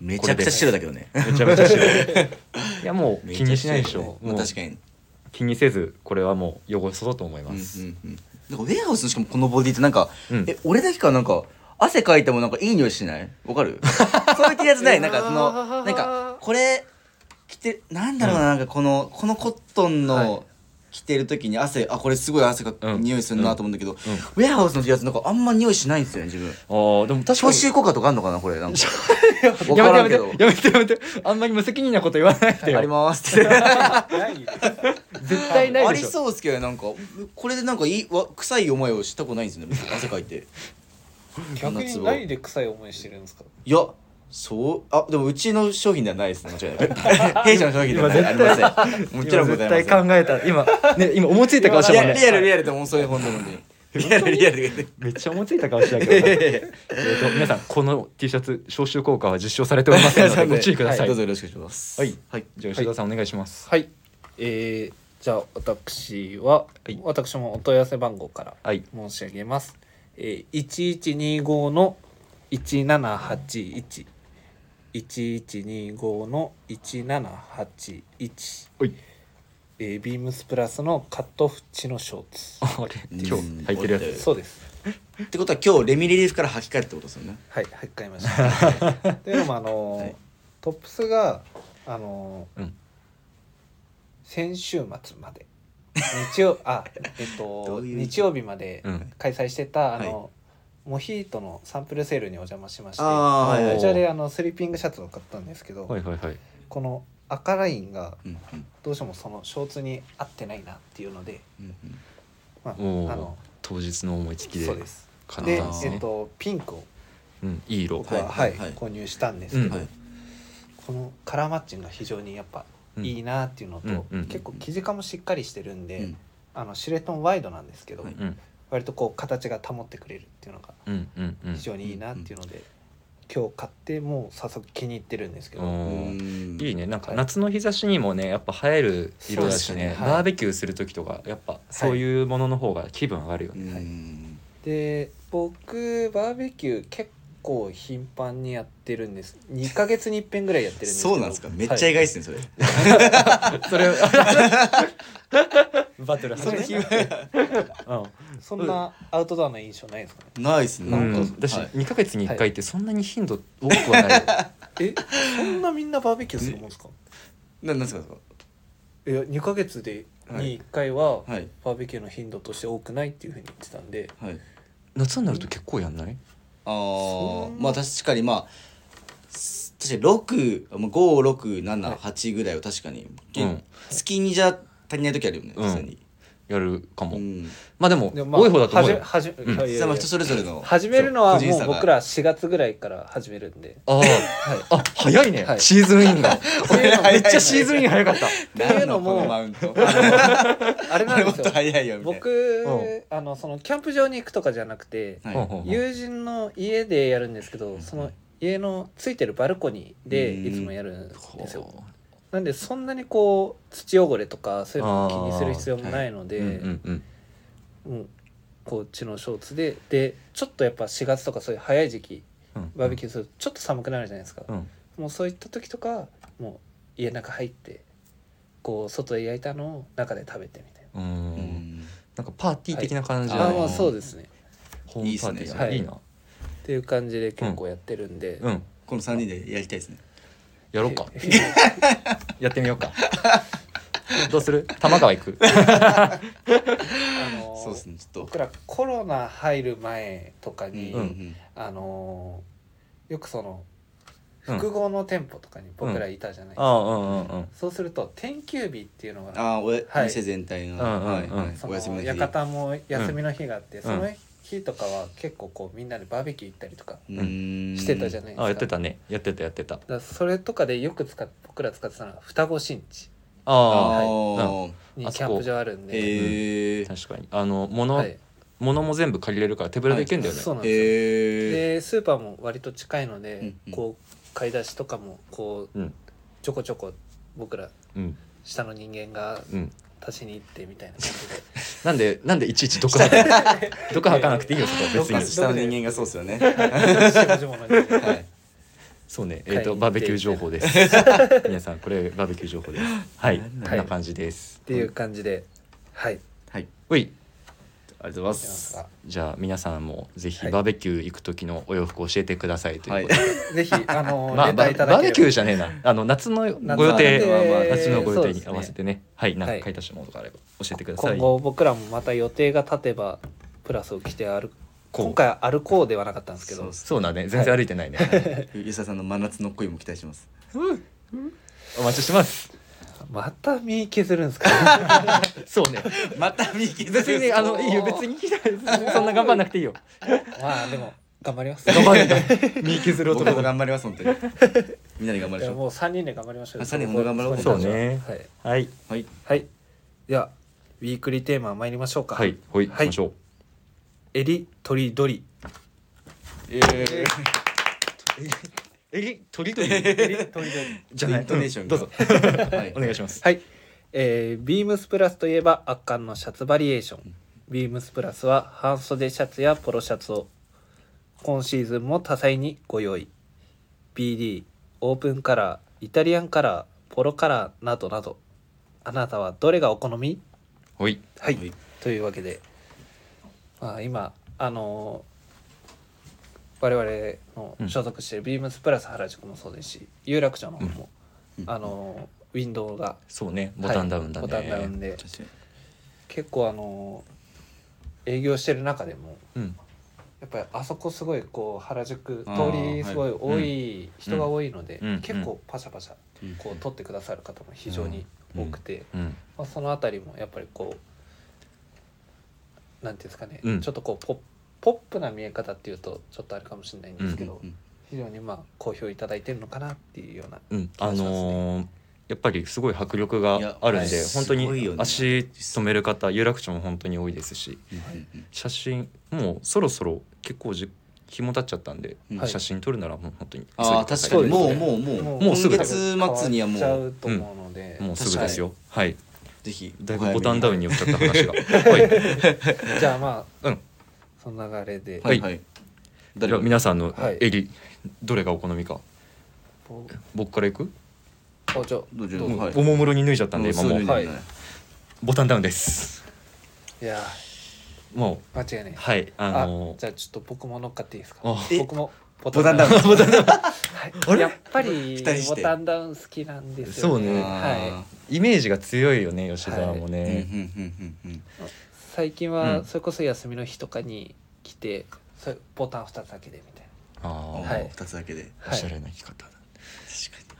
[SPEAKER 4] めちゃくちゃ白だけどね
[SPEAKER 2] めちゃめちゃ白い *laughs* いやもう
[SPEAKER 4] め
[SPEAKER 2] 気
[SPEAKER 4] ちゃくちゃ白だね
[SPEAKER 2] にしないでしょ
[SPEAKER 4] ま
[SPEAKER 2] も
[SPEAKER 4] あ
[SPEAKER 2] う
[SPEAKER 4] 確かに
[SPEAKER 2] 気にせずこれはもう汚そうと思い
[SPEAKER 4] うん
[SPEAKER 2] ま
[SPEAKER 4] う
[SPEAKER 2] す、
[SPEAKER 4] んうんなんかウェアハウスのしかもこのボディってなんか
[SPEAKER 2] うん
[SPEAKER 4] え俺だけかなんか汗かいてもなんかいい匂いしないわか *laughs* るそういうやつないなんかそのなんかこれ着てなんだろうななんかこのこのコットン
[SPEAKER 1] はい
[SPEAKER 4] の着てる時に汗あこれすごい汗が
[SPEAKER 2] うん
[SPEAKER 4] 匂いするなと思うんだけどウェアハウスのやつなんかあんま匂いしないんですよね自分
[SPEAKER 2] あーでも確か
[SPEAKER 4] 消
[SPEAKER 2] に
[SPEAKER 4] 臭効果とかあんのかなこれ *laughs* なんか分
[SPEAKER 2] や
[SPEAKER 4] から
[SPEAKER 2] め
[SPEAKER 4] ん
[SPEAKER 2] てや
[SPEAKER 4] けど
[SPEAKER 2] めてやめてやめてあんまり無責任なこと言わないで
[SPEAKER 4] あり
[SPEAKER 2] よ
[SPEAKER 4] ますって
[SPEAKER 1] ない
[SPEAKER 2] 絶対ない
[SPEAKER 4] あ
[SPEAKER 2] で
[SPEAKER 4] り
[SPEAKER 2] しょ
[SPEAKER 4] そうですけどなんかこれでなんかいいわ臭い思いをしたくないんですね別に汗かいて
[SPEAKER 1] 逆に何で臭い思いしてるんですか
[SPEAKER 4] いやそうあでもうちの商品ではないですね間違い
[SPEAKER 2] *laughs*
[SPEAKER 4] ない弊社の商品ではないあ
[SPEAKER 2] 今
[SPEAKER 4] り
[SPEAKER 2] 絶
[SPEAKER 4] ませんもちろん
[SPEAKER 2] 今
[SPEAKER 4] ございません
[SPEAKER 2] 絶対考えた今ね今思いついた顔した
[SPEAKER 4] い
[SPEAKER 2] もん
[SPEAKER 4] や
[SPEAKER 2] ね
[SPEAKER 4] リアルリアルでもうそういう本当に本当にリアルリアルで
[SPEAKER 2] めっちゃ思いついた顔してたけどなえーと皆さんこの T シャツ消臭効果は実証されておりませんのでご注意ください、
[SPEAKER 4] どうぞよろしくお願いします
[SPEAKER 2] はい
[SPEAKER 4] はい
[SPEAKER 2] じゃあ吉田さんお願いします
[SPEAKER 1] はいえー、じゃあ私は、
[SPEAKER 2] はい
[SPEAKER 1] 私もお問い合わせ番号から
[SPEAKER 2] はい
[SPEAKER 1] 申し上げます、えー、1125の1781 1125の1781
[SPEAKER 2] おい
[SPEAKER 1] えー、ビームスプラスのカットフチのショーツ
[SPEAKER 2] あれ今日
[SPEAKER 4] うん
[SPEAKER 2] 履いてるや
[SPEAKER 4] え
[SPEAKER 2] つ
[SPEAKER 1] そうです
[SPEAKER 4] ってことは今日レミリリーフから履き替えるってことですよね
[SPEAKER 1] はい、はい、買いました。というのも、あのー
[SPEAKER 4] はい
[SPEAKER 1] トップスが、あのー
[SPEAKER 2] うん
[SPEAKER 1] 先週末まで。日曜、あ、えっ
[SPEAKER 4] ど
[SPEAKER 1] と、
[SPEAKER 4] ういう
[SPEAKER 1] 日曜日まで
[SPEAKER 2] うん
[SPEAKER 1] 開催してた、あの
[SPEAKER 4] はい
[SPEAKER 1] モヒートのサンプルセールにお邪魔しまして
[SPEAKER 4] あーはいはい
[SPEAKER 1] こちらであのスリーピングシャツを買ったんですけど、
[SPEAKER 2] はいはいはい
[SPEAKER 1] この赤ラインが
[SPEAKER 4] うんうん
[SPEAKER 1] どうしてもそのショーツに合ってないなっていうので、
[SPEAKER 4] うんうん
[SPEAKER 1] まあ、あ
[SPEAKER 2] おー
[SPEAKER 1] の
[SPEAKER 2] 当日の思いつきで
[SPEAKER 1] そうです
[SPEAKER 2] 買っ
[SPEAKER 1] で
[SPEAKER 2] たんです
[SPEAKER 1] えっ
[SPEAKER 2] ね
[SPEAKER 1] とピンクを
[SPEAKER 2] うんいい色
[SPEAKER 1] 僕は、は
[SPEAKER 4] はいいはい
[SPEAKER 1] 購入したんですけど、
[SPEAKER 2] うん
[SPEAKER 4] はい
[SPEAKER 1] このカラーマッチングが非常にやっぱ
[SPEAKER 2] うん
[SPEAKER 1] いいなっていうのと、
[SPEAKER 2] うんうん
[SPEAKER 1] 結構生地感もしっかりしてるんで、
[SPEAKER 4] うん
[SPEAKER 1] あのシュレットンワイドなんですけど、
[SPEAKER 4] はい
[SPEAKER 2] うん
[SPEAKER 1] 割とこう形が保ってくれるっていうのが
[SPEAKER 2] うんうんうん
[SPEAKER 1] 非常にいいなっていうので、今日買ってもう早速気に入ってるんですけど、
[SPEAKER 2] おー
[SPEAKER 4] うん
[SPEAKER 2] いいねなんか
[SPEAKER 1] はい
[SPEAKER 2] 夏の日差しにもねやっぱ映える色だ
[SPEAKER 1] そ
[SPEAKER 2] しね
[SPEAKER 1] うですねはい
[SPEAKER 2] バーベキューする時とかやっぱそういうものの方が気分上がるよ
[SPEAKER 4] う
[SPEAKER 2] ね、
[SPEAKER 4] ん
[SPEAKER 1] で僕バーベキュー結構頻繁にやってるんです2ヶ月に一遍ぐらいやってるんですけど
[SPEAKER 4] そうなんですかめっちゃ意
[SPEAKER 1] はい
[SPEAKER 4] 外っすねそれ
[SPEAKER 2] それ *laughs* バトル
[SPEAKER 4] そ
[SPEAKER 2] 始
[SPEAKER 4] れ
[SPEAKER 2] め
[SPEAKER 4] 暇
[SPEAKER 2] うん
[SPEAKER 1] そんなアウトドアの印象ないですかね
[SPEAKER 4] ないっすね
[SPEAKER 2] う
[SPEAKER 4] なん
[SPEAKER 2] ん、
[SPEAKER 4] か
[SPEAKER 2] だし、
[SPEAKER 4] はい
[SPEAKER 2] 2か月に1回ってそんなに頻度多く
[SPEAKER 1] *laughs*
[SPEAKER 2] はないよ、
[SPEAKER 1] えそんなみんなバーベキューするもんですか
[SPEAKER 4] ななんですかそこ
[SPEAKER 1] いや2ヶ月でに1回は
[SPEAKER 4] はい
[SPEAKER 1] バーベキューの頻度として多くないっていうふうに言ってたんで
[SPEAKER 4] はい
[SPEAKER 2] 夏になると結構やんない
[SPEAKER 4] あ
[SPEAKER 1] そん
[SPEAKER 4] ー
[SPEAKER 1] な
[SPEAKER 4] まあ確かにまあす確かに65678ぐらいは確かに、げ
[SPEAKER 2] うん
[SPEAKER 4] 月にじゃ足りない時あるよね
[SPEAKER 2] うん
[SPEAKER 4] 実際に、
[SPEAKER 2] やるかも、
[SPEAKER 4] うん
[SPEAKER 2] まあでも
[SPEAKER 1] でも
[SPEAKER 2] 多い方だと思う
[SPEAKER 1] はじ
[SPEAKER 2] よ
[SPEAKER 1] はじ
[SPEAKER 2] うん
[SPEAKER 1] いやいやい
[SPEAKER 4] 実
[SPEAKER 1] や
[SPEAKER 4] 際まあ人それぞれの
[SPEAKER 1] 始めるのは
[SPEAKER 4] そう
[SPEAKER 1] も
[SPEAKER 4] 個人差
[SPEAKER 1] う
[SPEAKER 4] が
[SPEAKER 1] 僕ら4月ぐらいから始めるんで
[SPEAKER 2] ああ、あ早いね、
[SPEAKER 1] はい
[SPEAKER 2] シーズンイ
[SPEAKER 1] *laughs*
[SPEAKER 2] ンがめっちゃシーズンイン早かった
[SPEAKER 1] ていうのも
[SPEAKER 4] 何こマウント
[SPEAKER 1] あれなん
[SPEAKER 4] *laughs*
[SPEAKER 1] で
[SPEAKER 4] もっ
[SPEAKER 1] す
[SPEAKER 4] と
[SPEAKER 1] よ
[SPEAKER 4] 早いよみたいな
[SPEAKER 1] 僕あのそのキャンプ場に行くとかじゃなくて
[SPEAKER 4] はい
[SPEAKER 2] うんうんうん
[SPEAKER 1] 友人の家でやるんですけどその家のついてるバルコニーで
[SPEAKER 4] うん
[SPEAKER 1] いつもやるんですよ
[SPEAKER 2] ほ
[SPEAKER 1] なんでそんなにこう土汚れとかそういうのを気にする必要もないの
[SPEAKER 2] う
[SPEAKER 1] で、
[SPEAKER 2] うんうんうん
[SPEAKER 1] もうこっちのショーツででちょっとやっぱ4月とかそういう早い時期
[SPEAKER 2] うん
[SPEAKER 1] バーベキューするとちょっと寒くなるじゃないですか、
[SPEAKER 2] うん
[SPEAKER 1] もうそういった時とかもう家の中入ってこう外で焼いたのを中で食べてみたい
[SPEAKER 2] うん
[SPEAKER 4] うん
[SPEAKER 2] なんかパーティー的な感じ
[SPEAKER 1] な、
[SPEAKER 2] だ
[SPEAKER 4] は
[SPEAKER 2] ね
[SPEAKER 1] あ
[SPEAKER 4] い
[SPEAKER 1] あーまあそうですね
[SPEAKER 2] ホームパーティーじゃん
[SPEAKER 1] いい
[SPEAKER 2] いい
[SPEAKER 1] っす
[SPEAKER 2] な、
[SPEAKER 1] っていう感じで結構やってるんで、
[SPEAKER 2] うん
[SPEAKER 4] この3人でやりたいですね
[SPEAKER 1] *laughs*
[SPEAKER 2] やろうかやってみようか *laughs* どうする玉川行
[SPEAKER 1] *laughs*
[SPEAKER 2] く
[SPEAKER 1] あの
[SPEAKER 2] *laughs*
[SPEAKER 1] ー
[SPEAKER 4] そうですねちょっと
[SPEAKER 1] 僕らコロナ入る前とかに、
[SPEAKER 2] うん
[SPEAKER 1] あのーよくその
[SPEAKER 2] うん
[SPEAKER 1] 複合の店舗とかに僕らいたじゃないです
[SPEAKER 2] あ
[SPEAKER 1] か、
[SPEAKER 2] あうんうんうん
[SPEAKER 1] そうすると天休日っていうのが
[SPEAKER 4] ああおや、
[SPEAKER 1] はい
[SPEAKER 4] 店全体の、
[SPEAKER 2] うんうんうん
[SPEAKER 4] はいはい
[SPEAKER 1] そ
[SPEAKER 4] お休みの
[SPEAKER 1] の
[SPEAKER 4] 日
[SPEAKER 1] 館も休みの日があって、
[SPEAKER 2] ん
[SPEAKER 1] その日とかは結構こうみんなでバーベキュー行ったりとか
[SPEAKER 4] うーん
[SPEAKER 1] してたじゃないですか,、
[SPEAKER 2] あやってたねやってたやってた
[SPEAKER 1] だからそれとかでよく使っ僕ら使ってたのは双子新地
[SPEAKER 2] ああ
[SPEAKER 4] あ
[SPEAKER 2] は
[SPEAKER 4] ー
[SPEAKER 1] に
[SPEAKER 2] あそ
[SPEAKER 1] キ
[SPEAKER 2] こ
[SPEAKER 1] ャンプ場あるん
[SPEAKER 4] え
[SPEAKER 1] で、
[SPEAKER 4] えー
[SPEAKER 2] 確かにあの物、
[SPEAKER 1] はい、
[SPEAKER 2] 物も全部借りれるから手ぶらで行けんだよね、
[SPEAKER 1] そうなんですよ、
[SPEAKER 4] えー
[SPEAKER 1] でスーパーも割と近いので、
[SPEAKER 4] うんうん
[SPEAKER 1] こう買い出しとかもこう、
[SPEAKER 2] うん
[SPEAKER 1] ちょこちょこ僕ら
[SPEAKER 2] うん
[SPEAKER 1] 下の人間が
[SPEAKER 2] うん
[SPEAKER 1] 足しに行ってみたいな感じで
[SPEAKER 2] なんでなんでいちいち毒吐か *laughs* 毒吐かなくていいよそこは別
[SPEAKER 1] 毒
[SPEAKER 4] ま
[SPEAKER 1] 吐
[SPEAKER 4] ず
[SPEAKER 1] く
[SPEAKER 2] に
[SPEAKER 4] 下の人間がそうですよね
[SPEAKER 1] 下々の人間
[SPEAKER 4] はい
[SPEAKER 2] そうねえっ、と
[SPEAKER 1] はい
[SPEAKER 2] バーベキュー情報です皆さんこれバーベキュー情報ですはい
[SPEAKER 4] はい
[SPEAKER 2] こんな感じです
[SPEAKER 1] っていう感じではい
[SPEAKER 4] はい
[SPEAKER 2] おい
[SPEAKER 4] ありがとうござい
[SPEAKER 1] い
[SPEAKER 4] ま
[SPEAKER 1] ます
[SPEAKER 4] す
[SPEAKER 1] か
[SPEAKER 2] じゃあ皆さんもぜひ
[SPEAKER 1] はい
[SPEAKER 2] バーベキュー行く時のお洋服を教えてくださいと
[SPEAKER 4] は
[SPEAKER 2] いう
[SPEAKER 4] い
[SPEAKER 2] ことで、
[SPEAKER 1] ぜひあの
[SPEAKER 2] まあ
[SPEAKER 1] レタ
[SPEAKER 2] バ
[SPEAKER 1] ーいた
[SPEAKER 2] ー
[SPEAKER 1] だ
[SPEAKER 2] バ
[SPEAKER 1] けれ
[SPEAKER 2] ーベ
[SPEAKER 1] ば
[SPEAKER 2] キューじゃねえなあの夏のご予
[SPEAKER 4] 夏
[SPEAKER 2] 定
[SPEAKER 4] のまあまあ
[SPEAKER 1] で
[SPEAKER 2] 夏のご
[SPEAKER 1] そ
[SPEAKER 2] 予定
[SPEAKER 1] う
[SPEAKER 2] に
[SPEAKER 1] です
[SPEAKER 2] 合
[SPEAKER 1] ね
[SPEAKER 2] わせてねはいなん
[SPEAKER 1] はい
[SPEAKER 2] か買い足したものとかあれば教えてください
[SPEAKER 1] 今後僕らもまた予定が立てばプラスを着て歩く
[SPEAKER 2] こう
[SPEAKER 1] 今回歩こうではなかったんですけ
[SPEAKER 4] そう
[SPEAKER 1] ど
[SPEAKER 4] っす
[SPEAKER 2] そうだね全然歩いてないね、
[SPEAKER 4] 吉田さんの真夏の恋も期待します
[SPEAKER 2] お待ちしてます
[SPEAKER 1] また身削るんです
[SPEAKER 2] *laughs*
[SPEAKER 1] か
[SPEAKER 2] そうね
[SPEAKER 4] また見切
[SPEAKER 2] 別にねあのいいよ別にそんな頑張んなくていいよ
[SPEAKER 1] まあでも頑張ります
[SPEAKER 2] 頑張るんだ
[SPEAKER 1] *laughs*
[SPEAKER 2] 身削る
[SPEAKER 4] 僕
[SPEAKER 2] 男だ
[SPEAKER 4] も頑張ります本当 *laughs* にみんなで頑張り
[SPEAKER 1] じゃあ
[SPEAKER 4] ましょ
[SPEAKER 1] もう3人で頑張りましょう
[SPEAKER 4] あ三人で頑張ろう
[SPEAKER 2] そうね
[SPEAKER 1] はい、
[SPEAKER 2] はい
[SPEAKER 4] いはい
[SPEAKER 1] はい、ではウィークリーテーマ参りましょうか
[SPEAKER 2] はいほい行きましょう
[SPEAKER 1] エリトリドリ
[SPEAKER 4] え
[SPEAKER 2] えり鳥という
[SPEAKER 1] トリドリ
[SPEAKER 2] じゃない
[SPEAKER 4] イントネーション
[SPEAKER 2] ど
[SPEAKER 4] が
[SPEAKER 2] うぞ
[SPEAKER 4] ー、 *laughs* はい
[SPEAKER 2] お願いします
[SPEAKER 1] はい、えービームスプラスといえば圧巻のシャツバリエーションビームスプラスは半袖シャツやポロシャツを今シーズンも多彩にご用意 BD オープンカラーイタリアンカラーポロカラーなどなどあなたはどれがお好み
[SPEAKER 2] ほい
[SPEAKER 1] はい、
[SPEAKER 4] はい
[SPEAKER 1] というわけで、まあ、今あのー我々の所属しているビームスプラス原宿もそうですし有楽町の方も、
[SPEAKER 4] うん
[SPEAKER 1] あのーウィンドウが
[SPEAKER 2] そうねボタンダウンだね、
[SPEAKER 1] はいボタンダウンで
[SPEAKER 4] 確かに
[SPEAKER 1] 結構あのー営業してる中でも
[SPEAKER 2] うん
[SPEAKER 1] やっっぱりあそこすごいこう原宿
[SPEAKER 3] あ
[SPEAKER 1] 通
[SPEAKER 3] ー
[SPEAKER 1] りすごい多い人が多いので、
[SPEAKER 2] うん
[SPEAKER 1] 結構パシャパシャこう撮ってくださる方も非常に多くて、
[SPEAKER 2] うん
[SPEAKER 1] まあ、そのあたりもやっぱりこうなんていうんですかね、
[SPEAKER 2] うん
[SPEAKER 1] ちょっとこうポッポップな見え方っていうとちょっとあれかもしれないんですけど、
[SPEAKER 4] うん
[SPEAKER 1] 非常にまあ好評いただいてるのかなっていうような
[SPEAKER 2] うん、
[SPEAKER 1] 気が
[SPEAKER 2] あ
[SPEAKER 1] しますね
[SPEAKER 2] のーやっぱりすごい迫力
[SPEAKER 4] い
[SPEAKER 2] が
[SPEAKER 4] や
[SPEAKER 2] ある
[SPEAKER 4] は
[SPEAKER 2] ん
[SPEAKER 4] い
[SPEAKER 2] で、本当
[SPEAKER 4] すごいよ
[SPEAKER 2] に
[SPEAKER 4] ね
[SPEAKER 2] 足止める方、有楽町も本当に多いですし、写真もうそろそろ結構じ日も経っちゃったんで、
[SPEAKER 1] はい
[SPEAKER 2] 写真撮るならもう本当に急いで
[SPEAKER 4] ああ
[SPEAKER 2] くださ
[SPEAKER 4] 確
[SPEAKER 2] い
[SPEAKER 4] かに
[SPEAKER 1] そう
[SPEAKER 4] も
[SPEAKER 1] ですね
[SPEAKER 4] うもうもう
[SPEAKER 2] もうすぐ
[SPEAKER 4] 今月末にはも
[SPEAKER 1] 変わっちゃ
[SPEAKER 4] う
[SPEAKER 1] うと思うので、
[SPEAKER 2] もうすぐですよ。はい。
[SPEAKER 4] ぜひ
[SPEAKER 2] だいぶボタンダウン
[SPEAKER 4] に
[SPEAKER 2] に寄っちゃった話が。はい。
[SPEAKER 1] じゃあまあ、
[SPEAKER 2] うん
[SPEAKER 1] その流れで、
[SPEAKER 2] は
[SPEAKER 4] はいいはい
[SPEAKER 2] で
[SPEAKER 4] 誰
[SPEAKER 2] は
[SPEAKER 4] か
[SPEAKER 2] 皆さんの
[SPEAKER 1] はい
[SPEAKER 2] 襟、どれがお好みか。
[SPEAKER 1] こう
[SPEAKER 2] 僕からいく？
[SPEAKER 1] 包丁
[SPEAKER 4] どうぞ
[SPEAKER 1] どうぞ
[SPEAKER 4] はい
[SPEAKER 2] おもむろに脱いじゃったんで今もう
[SPEAKER 1] は
[SPEAKER 4] はいい
[SPEAKER 2] ボタンダウンです。
[SPEAKER 1] いや
[SPEAKER 2] も
[SPEAKER 1] ー間違いないう
[SPEAKER 2] はいあ
[SPEAKER 1] あ
[SPEAKER 2] のー
[SPEAKER 1] じゃあちょっと僕も乗っかっていいですか
[SPEAKER 2] あ
[SPEAKER 1] 僕もボ
[SPEAKER 4] ボタンダウン
[SPEAKER 1] ボタンダウン
[SPEAKER 2] あれ
[SPEAKER 1] やっぱり
[SPEAKER 4] 人し
[SPEAKER 1] ボ
[SPEAKER 4] て
[SPEAKER 1] タンダウン好きなんですよね
[SPEAKER 2] そうね
[SPEAKER 1] は
[SPEAKER 2] イメージが強いよね吉沢もね。
[SPEAKER 4] うんうんうんうんうん
[SPEAKER 1] い、最近
[SPEAKER 2] う
[SPEAKER 1] は
[SPEAKER 2] ん
[SPEAKER 1] それこそ休みの日とかに来て、それボタン2つだけでみたい
[SPEAKER 2] ああ、
[SPEAKER 1] はい
[SPEAKER 4] 二つだけで
[SPEAKER 1] な、
[SPEAKER 2] お
[SPEAKER 1] は
[SPEAKER 2] しゃ
[SPEAKER 1] い、
[SPEAKER 2] れな着方だ。
[SPEAKER 4] 確か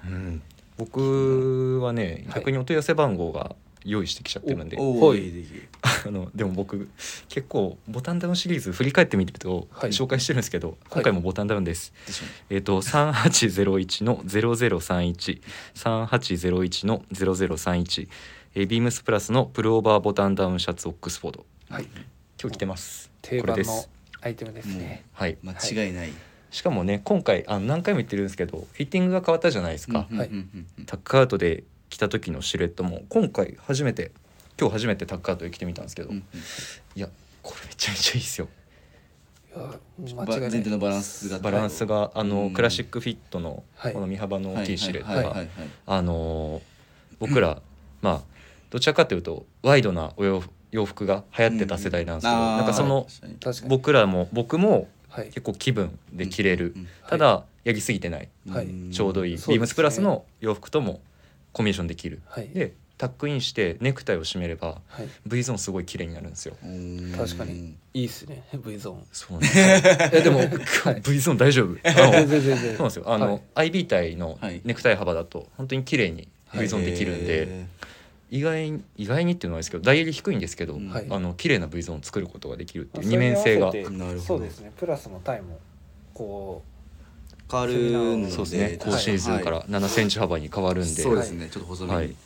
[SPEAKER 2] うん、僕はね
[SPEAKER 1] はい
[SPEAKER 2] 逆にお問い合わせ番号が用意してきちゃってるんで、
[SPEAKER 4] におお
[SPEAKER 1] はい
[SPEAKER 4] いいぜひ
[SPEAKER 2] *laughs* あのでも僕結構ボタンダウンシリーズ振り返ってみると、
[SPEAKER 1] はい
[SPEAKER 2] 紹介してるんですけど今回もボタンダウンです、
[SPEAKER 4] 確か
[SPEAKER 2] えっ、と3801の00313801の0031えービームスプラスのプルオーバーボタンダウンシャツオックスフォード
[SPEAKER 1] はい、
[SPEAKER 2] 今日着てます
[SPEAKER 1] 定
[SPEAKER 2] これ
[SPEAKER 1] 番
[SPEAKER 2] です
[SPEAKER 1] のアイテムですね、
[SPEAKER 2] はい
[SPEAKER 4] に間違いない
[SPEAKER 2] しかもね今回あの何回も言ってるんですけどフィッティングが変わったじゃないですか、
[SPEAKER 4] うんうん
[SPEAKER 1] はい
[SPEAKER 4] うんうんうん
[SPEAKER 2] タックアウトで着た時のシルエットも今回初めて今日初めてタックアウトで着てみたんですけど、
[SPEAKER 4] うん
[SPEAKER 2] いやこれめちゃめちゃいいですよ
[SPEAKER 1] いや
[SPEAKER 4] ば
[SPEAKER 1] 間違い
[SPEAKER 4] 全
[SPEAKER 1] な
[SPEAKER 4] 体
[SPEAKER 1] い
[SPEAKER 4] のバランスが
[SPEAKER 2] バランスがあの、
[SPEAKER 4] うん
[SPEAKER 2] クラシックフィットの
[SPEAKER 1] はい
[SPEAKER 2] この身幅の大きいシルエット
[SPEAKER 4] はい
[SPEAKER 2] が、
[SPEAKER 4] はいはいはい
[SPEAKER 2] あのー僕らまあどちらかというとワイドなお洋服洋服が流行ってた世代なんですけど、
[SPEAKER 4] あー
[SPEAKER 2] なんかその
[SPEAKER 4] 確かに
[SPEAKER 1] 確かに
[SPEAKER 2] 僕らも僕も
[SPEAKER 1] はい
[SPEAKER 2] 結構気分で着れる、
[SPEAKER 4] うんうん
[SPEAKER 2] ただやりすぎてない、
[SPEAKER 1] はい
[SPEAKER 4] ん
[SPEAKER 2] ちょうどい
[SPEAKER 1] そう
[SPEAKER 2] い、
[SPEAKER 1] ですね
[SPEAKER 2] ビームスプラスの洋服ともコンビネーションできる、
[SPEAKER 1] はい
[SPEAKER 2] でタックインしてネクタイを締めれば
[SPEAKER 1] はい
[SPEAKER 2] V ゾーンすごい綺麗になるんですよ。
[SPEAKER 4] うん
[SPEAKER 1] 確かにいいっすね V ゾ
[SPEAKER 2] そうなんですよ
[SPEAKER 1] ーンえでも、 *laughs* はい、
[SPEAKER 2] V ゾーン大丈夫。あの
[SPEAKER 1] 全然全然
[SPEAKER 2] そうなんですよ。あの、
[SPEAKER 1] はい
[SPEAKER 2] IB 体のネクタイ幅だと本当に綺麗に V ゾーンできるんで、意外に意外にっていうのはですけど、代理低いんですけど、
[SPEAKER 4] うん
[SPEAKER 1] はい
[SPEAKER 2] あの綺麗な V ゾーンを作ることができるっていう
[SPEAKER 1] そ
[SPEAKER 2] 二
[SPEAKER 1] れに
[SPEAKER 2] 面性
[SPEAKER 1] 合
[SPEAKER 2] が
[SPEAKER 1] わせ。て
[SPEAKER 4] なるほど
[SPEAKER 1] そうですねプラスのタイもこ
[SPEAKER 4] 変わるんで
[SPEAKER 2] そうですね。
[SPEAKER 1] そう
[SPEAKER 2] 今
[SPEAKER 1] です
[SPEAKER 2] シ
[SPEAKER 1] ね
[SPEAKER 2] ーズンから7センチ幅に変わるんで、
[SPEAKER 4] そうですねちょっと細
[SPEAKER 2] は
[SPEAKER 4] め
[SPEAKER 2] い
[SPEAKER 4] に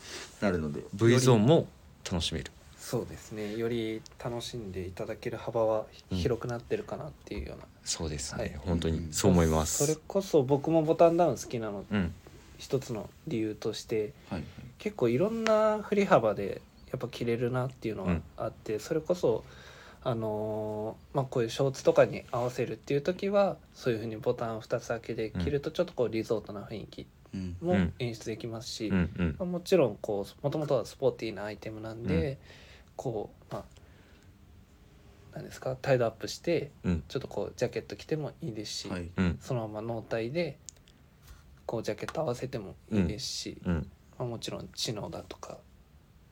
[SPEAKER 4] なるので
[SPEAKER 2] V ゾーンも楽しめる。
[SPEAKER 1] うそうですねより楽しんでいただける幅は
[SPEAKER 2] うん
[SPEAKER 1] 広くなってるかなっていうような、
[SPEAKER 2] そうですね。
[SPEAKER 1] はい
[SPEAKER 2] 本当にそう思いま
[SPEAKER 1] それ
[SPEAKER 2] す。
[SPEAKER 1] こそ僕もボタンダウン好きなの
[SPEAKER 2] うん。
[SPEAKER 1] 一つの理由として
[SPEAKER 4] はい
[SPEAKER 1] 結構いろんな振り幅でやっぱ着れるなっていうのはあって、それこそあのーまあこういうショーツとかに合わせるっていう時はそういうふうにボタン2つ開けで着るとちょっとこうリゾートな雰囲気
[SPEAKER 4] うん
[SPEAKER 1] も
[SPEAKER 2] うん
[SPEAKER 1] 演出できますし、
[SPEAKER 2] うんうん。
[SPEAKER 1] まあもちろんこうもともとはスポーティーなアイテムなんで、こうまあ何ですかタイドアップして
[SPEAKER 2] うん
[SPEAKER 1] ちょっとこうジャケット着てもいいですし、
[SPEAKER 4] はい
[SPEAKER 2] うん
[SPEAKER 1] そのまま納体でこうジャケット合わせてもいいですし、
[SPEAKER 2] うん
[SPEAKER 1] まあ、もちろん知能だとか、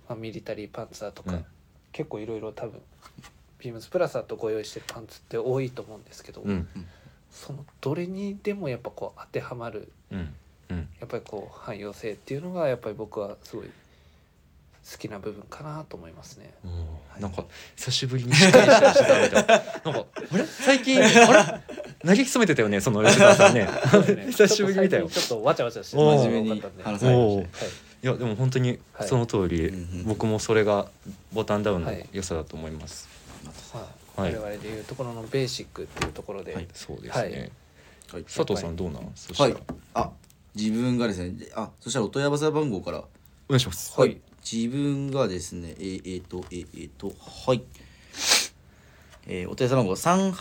[SPEAKER 1] まあ、ミリタリーパンツだと
[SPEAKER 2] う
[SPEAKER 1] か、
[SPEAKER 2] ん
[SPEAKER 1] 結構いろいろ多分ビームスプラスだとご用意してるパンツって多いと思うんですけど、
[SPEAKER 2] うん
[SPEAKER 1] そのどれにでもやっぱこう当てはまる
[SPEAKER 2] うんうん。
[SPEAKER 1] やっぱりこう汎用性っていうのがやっぱり僕はすごい好きな部分かなと思いますね。
[SPEAKER 2] うんなんか久しぶりにしっかりした吉沢みたいな。なんかあれ最近あれ投げ潜めてたよねその吉沢さんね。 *laughs* 久しぶりみたいよ。
[SPEAKER 1] ちょっとわちゃわちゃして
[SPEAKER 2] おー
[SPEAKER 1] 真
[SPEAKER 4] 真面
[SPEAKER 1] 面目に
[SPEAKER 4] 目に
[SPEAKER 1] 多かったんで。
[SPEAKER 4] 話
[SPEAKER 1] は
[SPEAKER 4] されま
[SPEAKER 2] お
[SPEAKER 4] し
[SPEAKER 2] お
[SPEAKER 4] た。
[SPEAKER 2] いやでも本当に
[SPEAKER 1] はい
[SPEAKER 2] その通り、
[SPEAKER 4] うんうん
[SPEAKER 2] 僕もそれがボタンダウンの
[SPEAKER 1] はい
[SPEAKER 2] 良さだと思います。
[SPEAKER 1] い、まあ
[SPEAKER 2] はい
[SPEAKER 1] 我々でいうところのベーシックっていうところで、
[SPEAKER 4] はい
[SPEAKER 2] そうですね。
[SPEAKER 1] はい
[SPEAKER 4] はい
[SPEAKER 2] 佐藤さんどうなん？そした
[SPEAKER 4] は
[SPEAKER 2] ら、
[SPEAKER 4] いあ自分がですねであそしたらお問い合わせ番号から
[SPEAKER 2] お願いします。
[SPEAKER 1] はい
[SPEAKER 4] 自分がですねえー、えー、とえー、えー、とはいえー、お問い合わせ番号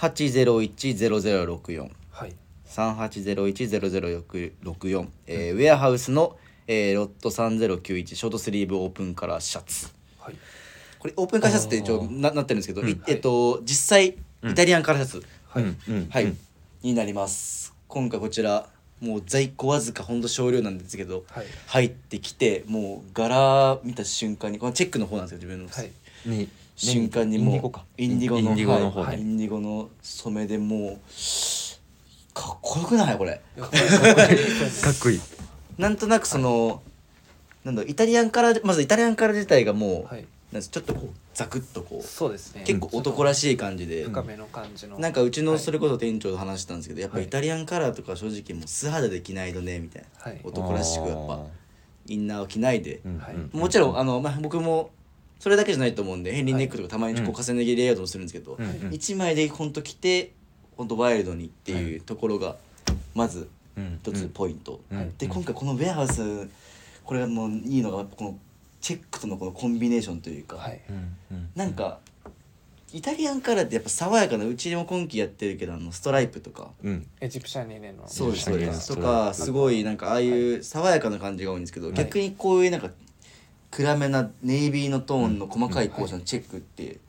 [SPEAKER 4] 38010064
[SPEAKER 1] はい
[SPEAKER 4] 38010064、えーウェアハウスの、えーロット3091ショートスリーブオープンカラーシャツ
[SPEAKER 1] はい
[SPEAKER 4] これオープンカラーシャツって一
[SPEAKER 2] あ
[SPEAKER 4] 応
[SPEAKER 2] ー
[SPEAKER 4] ななってるんですけど、
[SPEAKER 2] うん
[SPEAKER 4] いえっと実際イ
[SPEAKER 2] うん
[SPEAKER 4] タリアンカラーシャツ、
[SPEAKER 1] はい
[SPEAKER 2] うんうん
[SPEAKER 4] はい、
[SPEAKER 2] うん
[SPEAKER 4] になります今回こちらもう在庫わずかほんと少量なんですけど、
[SPEAKER 1] はい
[SPEAKER 4] 入ってきてもう柄見た瞬間にこのチェックの方なんですよ自分の、
[SPEAKER 1] はい
[SPEAKER 2] に
[SPEAKER 4] 瞬間にもう
[SPEAKER 2] インディゴか
[SPEAKER 4] インディゴの
[SPEAKER 2] インディゴの方ね
[SPEAKER 4] はいインディゴの染めでもうかっこよくないこれ
[SPEAKER 2] *laughs* かっこいい
[SPEAKER 4] なんとなくその、なんだろうイタリアンカラーまずイタリアンカラー自体がもう、
[SPEAKER 1] はい
[SPEAKER 4] なんかちょっとこうザクッとこう
[SPEAKER 1] そうですね
[SPEAKER 4] 結構男らしい感じで、
[SPEAKER 1] 深めの感じの
[SPEAKER 4] なんかうちのそれこそ店長と話したんですけど、やっぱ
[SPEAKER 1] はい
[SPEAKER 4] イタリアンカラーとか正直もう素肌で着ないとねみたい
[SPEAKER 1] は
[SPEAKER 4] な、
[SPEAKER 1] い
[SPEAKER 4] 男らしくやっぱインナーを着ないで
[SPEAKER 2] う、ん
[SPEAKER 1] はい
[SPEAKER 2] うん
[SPEAKER 4] もちろんあの、まあ、僕もそれだけじゃないと思うんでヘンリーネックとかたまにこ
[SPEAKER 2] うん
[SPEAKER 4] う重ね着レイアウトもするんですけど、
[SPEAKER 2] うんうん
[SPEAKER 4] 一枚でほんと着てほんとワイルドにっていうところがまず
[SPEAKER 2] うん
[SPEAKER 4] 一つポイント、
[SPEAKER 2] うん
[SPEAKER 4] で今回このウェアハウスこれがもういいのがこのチェックとのこのコンビネーションというか、
[SPEAKER 1] はい
[SPEAKER 2] うんうん
[SPEAKER 4] なんかイタリアンカラーってやっぱ爽やかなうちも今季やってるけどあのストライプとか
[SPEAKER 2] うん
[SPEAKER 1] エジプシャン2年の
[SPEAKER 4] そうです
[SPEAKER 2] そう
[SPEAKER 4] ね
[SPEAKER 2] です
[SPEAKER 4] と
[SPEAKER 2] は
[SPEAKER 4] か
[SPEAKER 2] い
[SPEAKER 4] すごいなんかああいう爽やかな感じが多いんですけど、
[SPEAKER 1] い
[SPEAKER 4] 逆にこういうなんか暗めなネイビーのトーンの細かい校舎のチェックって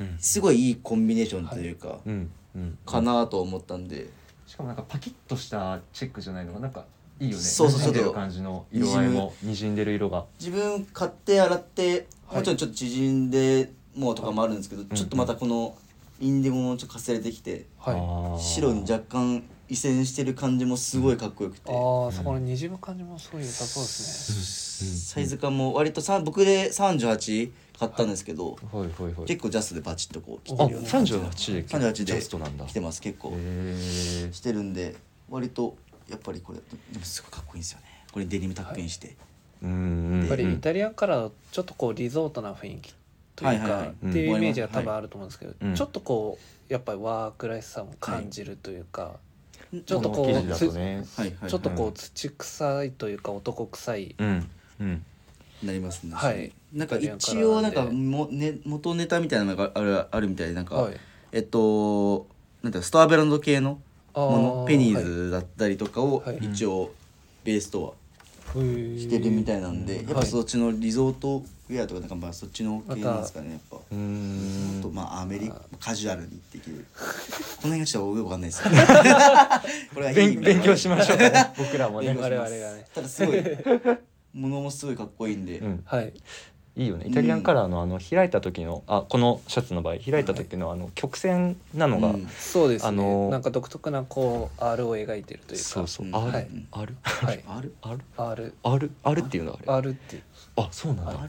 [SPEAKER 2] うん
[SPEAKER 4] すごいいいコンビネーションというか、
[SPEAKER 2] うんうん
[SPEAKER 4] かなと思ったんで
[SPEAKER 2] しかもなんかパキッとしたチェックじゃないのがなんかいいよね
[SPEAKER 4] そうそ
[SPEAKER 2] 馴染
[SPEAKER 4] う
[SPEAKER 2] んで
[SPEAKER 4] ちょ
[SPEAKER 2] る
[SPEAKER 4] っと
[SPEAKER 2] 感じの色合いもにじんでる色が
[SPEAKER 4] 自分買って洗って
[SPEAKER 1] はい
[SPEAKER 4] もちろんちょっと縮んでもうとかもあるんですけど、ちょっとまたこのインディゴもちょっとかすれてきて
[SPEAKER 1] はいあ
[SPEAKER 2] い
[SPEAKER 4] 白に若干移遷してる感じもすごいかっこよくて。
[SPEAKER 1] あーそこのにじむ感じもすごい良さそうですね
[SPEAKER 4] サイズ感も割とさん僕で38買ったんですけど、
[SPEAKER 2] はいはいはい
[SPEAKER 4] 結構ジャストでパチッとこう着て
[SPEAKER 2] あ
[SPEAKER 4] るような
[SPEAKER 2] 三十八で
[SPEAKER 4] 38で
[SPEAKER 2] ジャストなんだ
[SPEAKER 4] 着てます結構
[SPEAKER 2] へ
[SPEAKER 4] してるんで割とやっぱりこれでもすごいかっこいいんですよねこれデニムタックインして、
[SPEAKER 2] えうん
[SPEAKER 1] やっぱりイ
[SPEAKER 2] う
[SPEAKER 1] タリアンからだとちょっとこうリゾートな雰囲気という
[SPEAKER 4] はいはい
[SPEAKER 1] か
[SPEAKER 4] はい
[SPEAKER 1] っていうイメージが多分あると思うんですけ
[SPEAKER 2] うん
[SPEAKER 1] どちょっとこうやっぱりワークらしさも感じるというかちょっとこ
[SPEAKER 2] この生
[SPEAKER 1] う
[SPEAKER 2] 地だとね
[SPEAKER 1] つ
[SPEAKER 4] はいはい
[SPEAKER 1] ちょっとこう土臭いというか男臭い
[SPEAKER 2] んうん
[SPEAKER 4] なりますね、
[SPEAKER 1] はい
[SPEAKER 4] なんか
[SPEAKER 1] イタリアンカラ
[SPEAKER 4] 一
[SPEAKER 1] ー
[SPEAKER 4] 応
[SPEAKER 1] な
[SPEAKER 4] なんん
[SPEAKER 1] で
[SPEAKER 4] かも、ね、元ネタみたいなのがあるあるみたいでなんか、
[SPEAKER 1] はい
[SPEAKER 4] えっとなんだスターベランド系の
[SPEAKER 1] あ
[SPEAKER 4] もの
[SPEAKER 1] ー
[SPEAKER 4] ペニーズだったりとかを
[SPEAKER 1] はいはい
[SPEAKER 4] 一応ベースとは
[SPEAKER 1] し
[SPEAKER 4] してるみたいなんで、やっぱそ
[SPEAKER 1] は
[SPEAKER 4] っちのリゾートウェアとかなんかまあそっちの系なんですかねやっぱ。
[SPEAKER 2] う
[SPEAKER 4] あ
[SPEAKER 2] ん
[SPEAKER 4] とまあアメリカカジュアルにできるこの辺がちょっとよくわかんないです
[SPEAKER 2] *laughs*
[SPEAKER 4] けどこれがいい
[SPEAKER 2] 勉勉強しま
[SPEAKER 4] *laughs*
[SPEAKER 2] しょうか僕らもね
[SPEAKER 4] 勉強し
[SPEAKER 1] 我
[SPEAKER 4] ます
[SPEAKER 1] 々がね
[SPEAKER 4] ただすごいものもすごいかっこいいんで、
[SPEAKER 2] うん
[SPEAKER 1] はい
[SPEAKER 2] いいよねイタリアンカラーのあの開いた時のあこのシャツの場合開いた時のあの曲線なのが
[SPEAKER 4] うん
[SPEAKER 1] そうですね、
[SPEAKER 2] あのー
[SPEAKER 1] なんか独特なこう R を描いてるというか
[SPEAKER 2] そうそう
[SPEAKER 4] うん
[SPEAKER 1] は
[SPEAKER 2] R
[SPEAKER 1] い
[SPEAKER 2] R
[SPEAKER 1] はい
[SPEAKER 4] ある
[SPEAKER 2] R
[SPEAKER 1] R
[SPEAKER 2] R R っていうのあ
[SPEAKER 1] R って
[SPEAKER 2] れあそうなんだ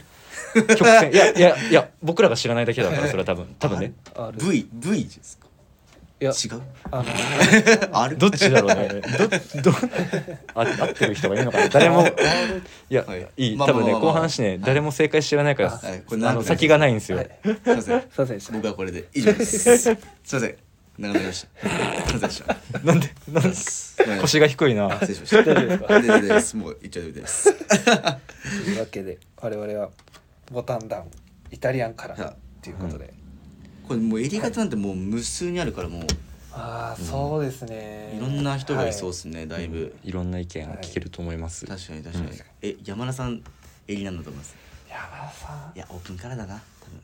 [SPEAKER 2] 曲線いやいやいや僕らが知らないだけだからそれは多分多分ね
[SPEAKER 1] R
[SPEAKER 4] V V ですか
[SPEAKER 1] いや
[SPEAKER 4] 違う *laughs*
[SPEAKER 1] あの
[SPEAKER 4] ある
[SPEAKER 2] どっちだろうねどどあ合ってる人がいるのかな誰もいや
[SPEAKER 4] はい
[SPEAKER 2] いい
[SPEAKER 4] まあ
[SPEAKER 2] 多分ね
[SPEAKER 4] まあまあまあ
[SPEAKER 2] 後半しね誰も正解知らないから
[SPEAKER 4] はいこ
[SPEAKER 2] あ
[SPEAKER 4] れ長くな
[SPEAKER 2] の
[SPEAKER 4] り
[SPEAKER 2] 先がないんですよ
[SPEAKER 1] はい
[SPEAKER 4] すいません
[SPEAKER 1] すいませんでした
[SPEAKER 4] 僕はこれで以上です
[SPEAKER 2] *laughs*
[SPEAKER 4] すいません長くなりましたすいませんでした
[SPEAKER 2] なんでなんで *laughs* 腰が低いな
[SPEAKER 4] 失礼しました大丈夫ですもう一応大丈夫です
[SPEAKER 1] というわけで我々はボタンダウンイタリアンカラーっていうことで、
[SPEAKER 4] これもう襟型なんてもう無数にあるからもう
[SPEAKER 1] ああそうですね、
[SPEAKER 4] いろんな人がいそう
[SPEAKER 1] は
[SPEAKER 4] ですね、だいぶ、
[SPEAKER 2] いろんな意見を聞けると思います
[SPEAKER 4] 確かに確かに、
[SPEAKER 2] うん
[SPEAKER 4] え山田さん襟なんだと思います
[SPEAKER 1] い山田さん
[SPEAKER 4] いやオープンからだな多分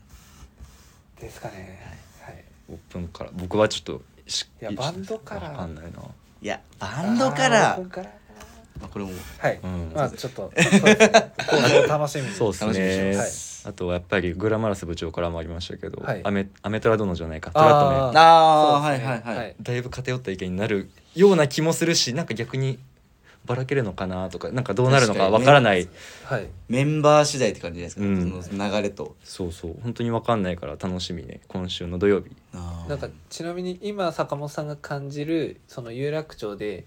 [SPEAKER 1] ですかねはい
[SPEAKER 2] オープンから僕はちょっとし
[SPEAKER 1] いやバンドから
[SPEAKER 2] わかんないない
[SPEAKER 4] やバンドから
[SPEAKER 1] あーオープンから
[SPEAKER 4] まあ、これも
[SPEAKER 1] はい、
[SPEAKER 2] うん
[SPEAKER 1] まあちょっとそうです
[SPEAKER 4] *laughs*
[SPEAKER 1] ね今後楽しみに
[SPEAKER 2] そうです
[SPEAKER 4] 楽しみにして
[SPEAKER 2] ね
[SPEAKER 1] ます
[SPEAKER 2] あとはやっぱりグラマラス部長からもありましたけど
[SPEAKER 1] はい
[SPEAKER 2] アメアメトラ殿じゃないかトラッと
[SPEAKER 1] あ
[SPEAKER 2] ね
[SPEAKER 1] ー
[SPEAKER 4] あ
[SPEAKER 1] そう
[SPEAKER 4] ー
[SPEAKER 1] ですね
[SPEAKER 4] はいはいはい
[SPEAKER 2] だいぶ偏った意見になるような気もするしなんか逆にばらけるのかなとかなんかどうなるのかわからない
[SPEAKER 1] はい、はい
[SPEAKER 4] メンバー次第って感じじゃないですか、
[SPEAKER 2] うん
[SPEAKER 4] その流れと
[SPEAKER 2] そうそう本当にわかんないから楽しみね今週の土曜日
[SPEAKER 1] なんかちなみに今坂本さんが感じるその有楽町で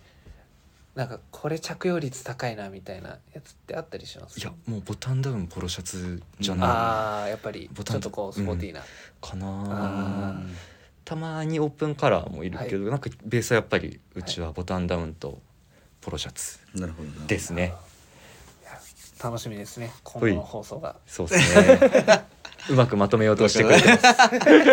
[SPEAKER 1] なんかこれ着用率高いなみたいなやつってあったりします
[SPEAKER 2] いやもうボタンダウンポロシャツじゃな
[SPEAKER 1] あーやっぱり
[SPEAKER 2] ボ
[SPEAKER 1] ち
[SPEAKER 2] タ
[SPEAKER 1] ょ
[SPEAKER 2] ン
[SPEAKER 1] っとこうスポーティーな、
[SPEAKER 2] いかな
[SPEAKER 1] あ
[SPEAKER 2] ーたまにオープンカラーもいるけど、なんかベースはやっぱりうちはボタンダウンとポロシャツ
[SPEAKER 4] なるほどな
[SPEAKER 2] ですね、
[SPEAKER 1] 楽しみですね今後の放送が
[SPEAKER 2] そうです *laughs* ねうまくまとめようとしてくれてます
[SPEAKER 1] ぐる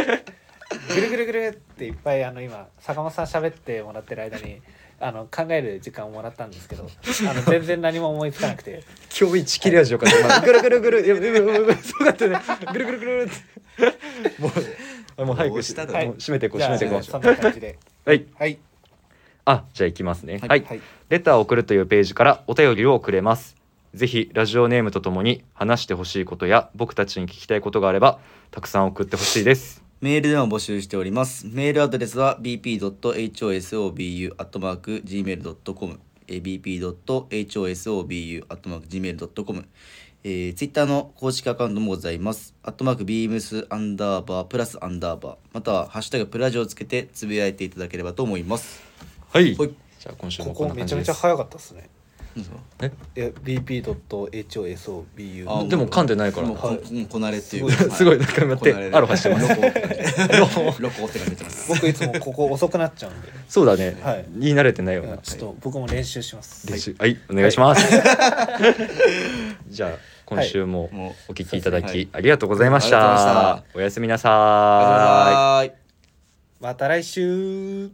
[SPEAKER 1] ぐるぐるっていっぱいあの今坂本さん喋ってもらってる間
[SPEAKER 2] *laughs*
[SPEAKER 1] にあの考える時間をもらったんですけどあの全然何も思いつかなく
[SPEAKER 2] *laughs*
[SPEAKER 1] て
[SPEAKER 2] 今日一切れ味よかった、まあ、ぐるぐるぐるいやでもでもすごかったねぐるぐるぐるってもうあもう早
[SPEAKER 4] ど
[SPEAKER 2] く
[SPEAKER 4] うしたの
[SPEAKER 2] もう閉めていこう
[SPEAKER 1] じ
[SPEAKER 2] 閉
[SPEAKER 1] ゃあ
[SPEAKER 2] めていこ
[SPEAKER 1] そんな感じで
[SPEAKER 2] うはい
[SPEAKER 1] はい
[SPEAKER 2] あじゃあ行きますね
[SPEAKER 4] はい
[SPEAKER 2] はいレターを送るというページからお便りを送れます。ぜひラジオネームとともに話してほしいことや僕たちに聞きたいことがあればたくさん送ってほしいです
[SPEAKER 4] メールでも募集しております。メールアドレスは bp.hosobu.gmail.com bp.hosobu.gmail.com えー、ツイッターの公式アカウントもございます。アットマークビームスアンダーバープラスアンダーバーまたはハッシュタグプラジオをつけてつぶやいていただければと思います。
[SPEAKER 2] はい
[SPEAKER 4] はい
[SPEAKER 2] じゃあ今週
[SPEAKER 1] こ
[SPEAKER 2] もこん
[SPEAKER 1] こ
[SPEAKER 2] な
[SPEAKER 1] め
[SPEAKER 2] 感
[SPEAKER 1] ち
[SPEAKER 2] じ
[SPEAKER 1] ゃめ
[SPEAKER 2] で
[SPEAKER 1] ちゃ
[SPEAKER 2] す
[SPEAKER 1] 早かったですね
[SPEAKER 2] え
[SPEAKER 1] いや BP.hosobu
[SPEAKER 4] あ
[SPEAKER 2] でも噛んでないから
[SPEAKER 4] もうこ,、もうこなれっていう。
[SPEAKER 2] すごいなんか待ってアロハしてます
[SPEAKER 4] ロコロコって感じてます。
[SPEAKER 1] 僕いつもここ遅くなっちゃうんで
[SPEAKER 2] そうだね、
[SPEAKER 1] はい
[SPEAKER 2] 言い慣れてないよ
[SPEAKER 1] い
[SPEAKER 2] な、
[SPEAKER 1] やちょっと僕も練習します
[SPEAKER 2] 練習はい、お願いし *laughs* ます、じゃあ今週も
[SPEAKER 4] もう
[SPEAKER 2] お聞きいただ
[SPEAKER 4] はい
[SPEAKER 2] きありがとうございました、
[SPEAKER 4] ありがとうございま
[SPEAKER 2] おやすみなさーい
[SPEAKER 4] はーい。
[SPEAKER 1] また来週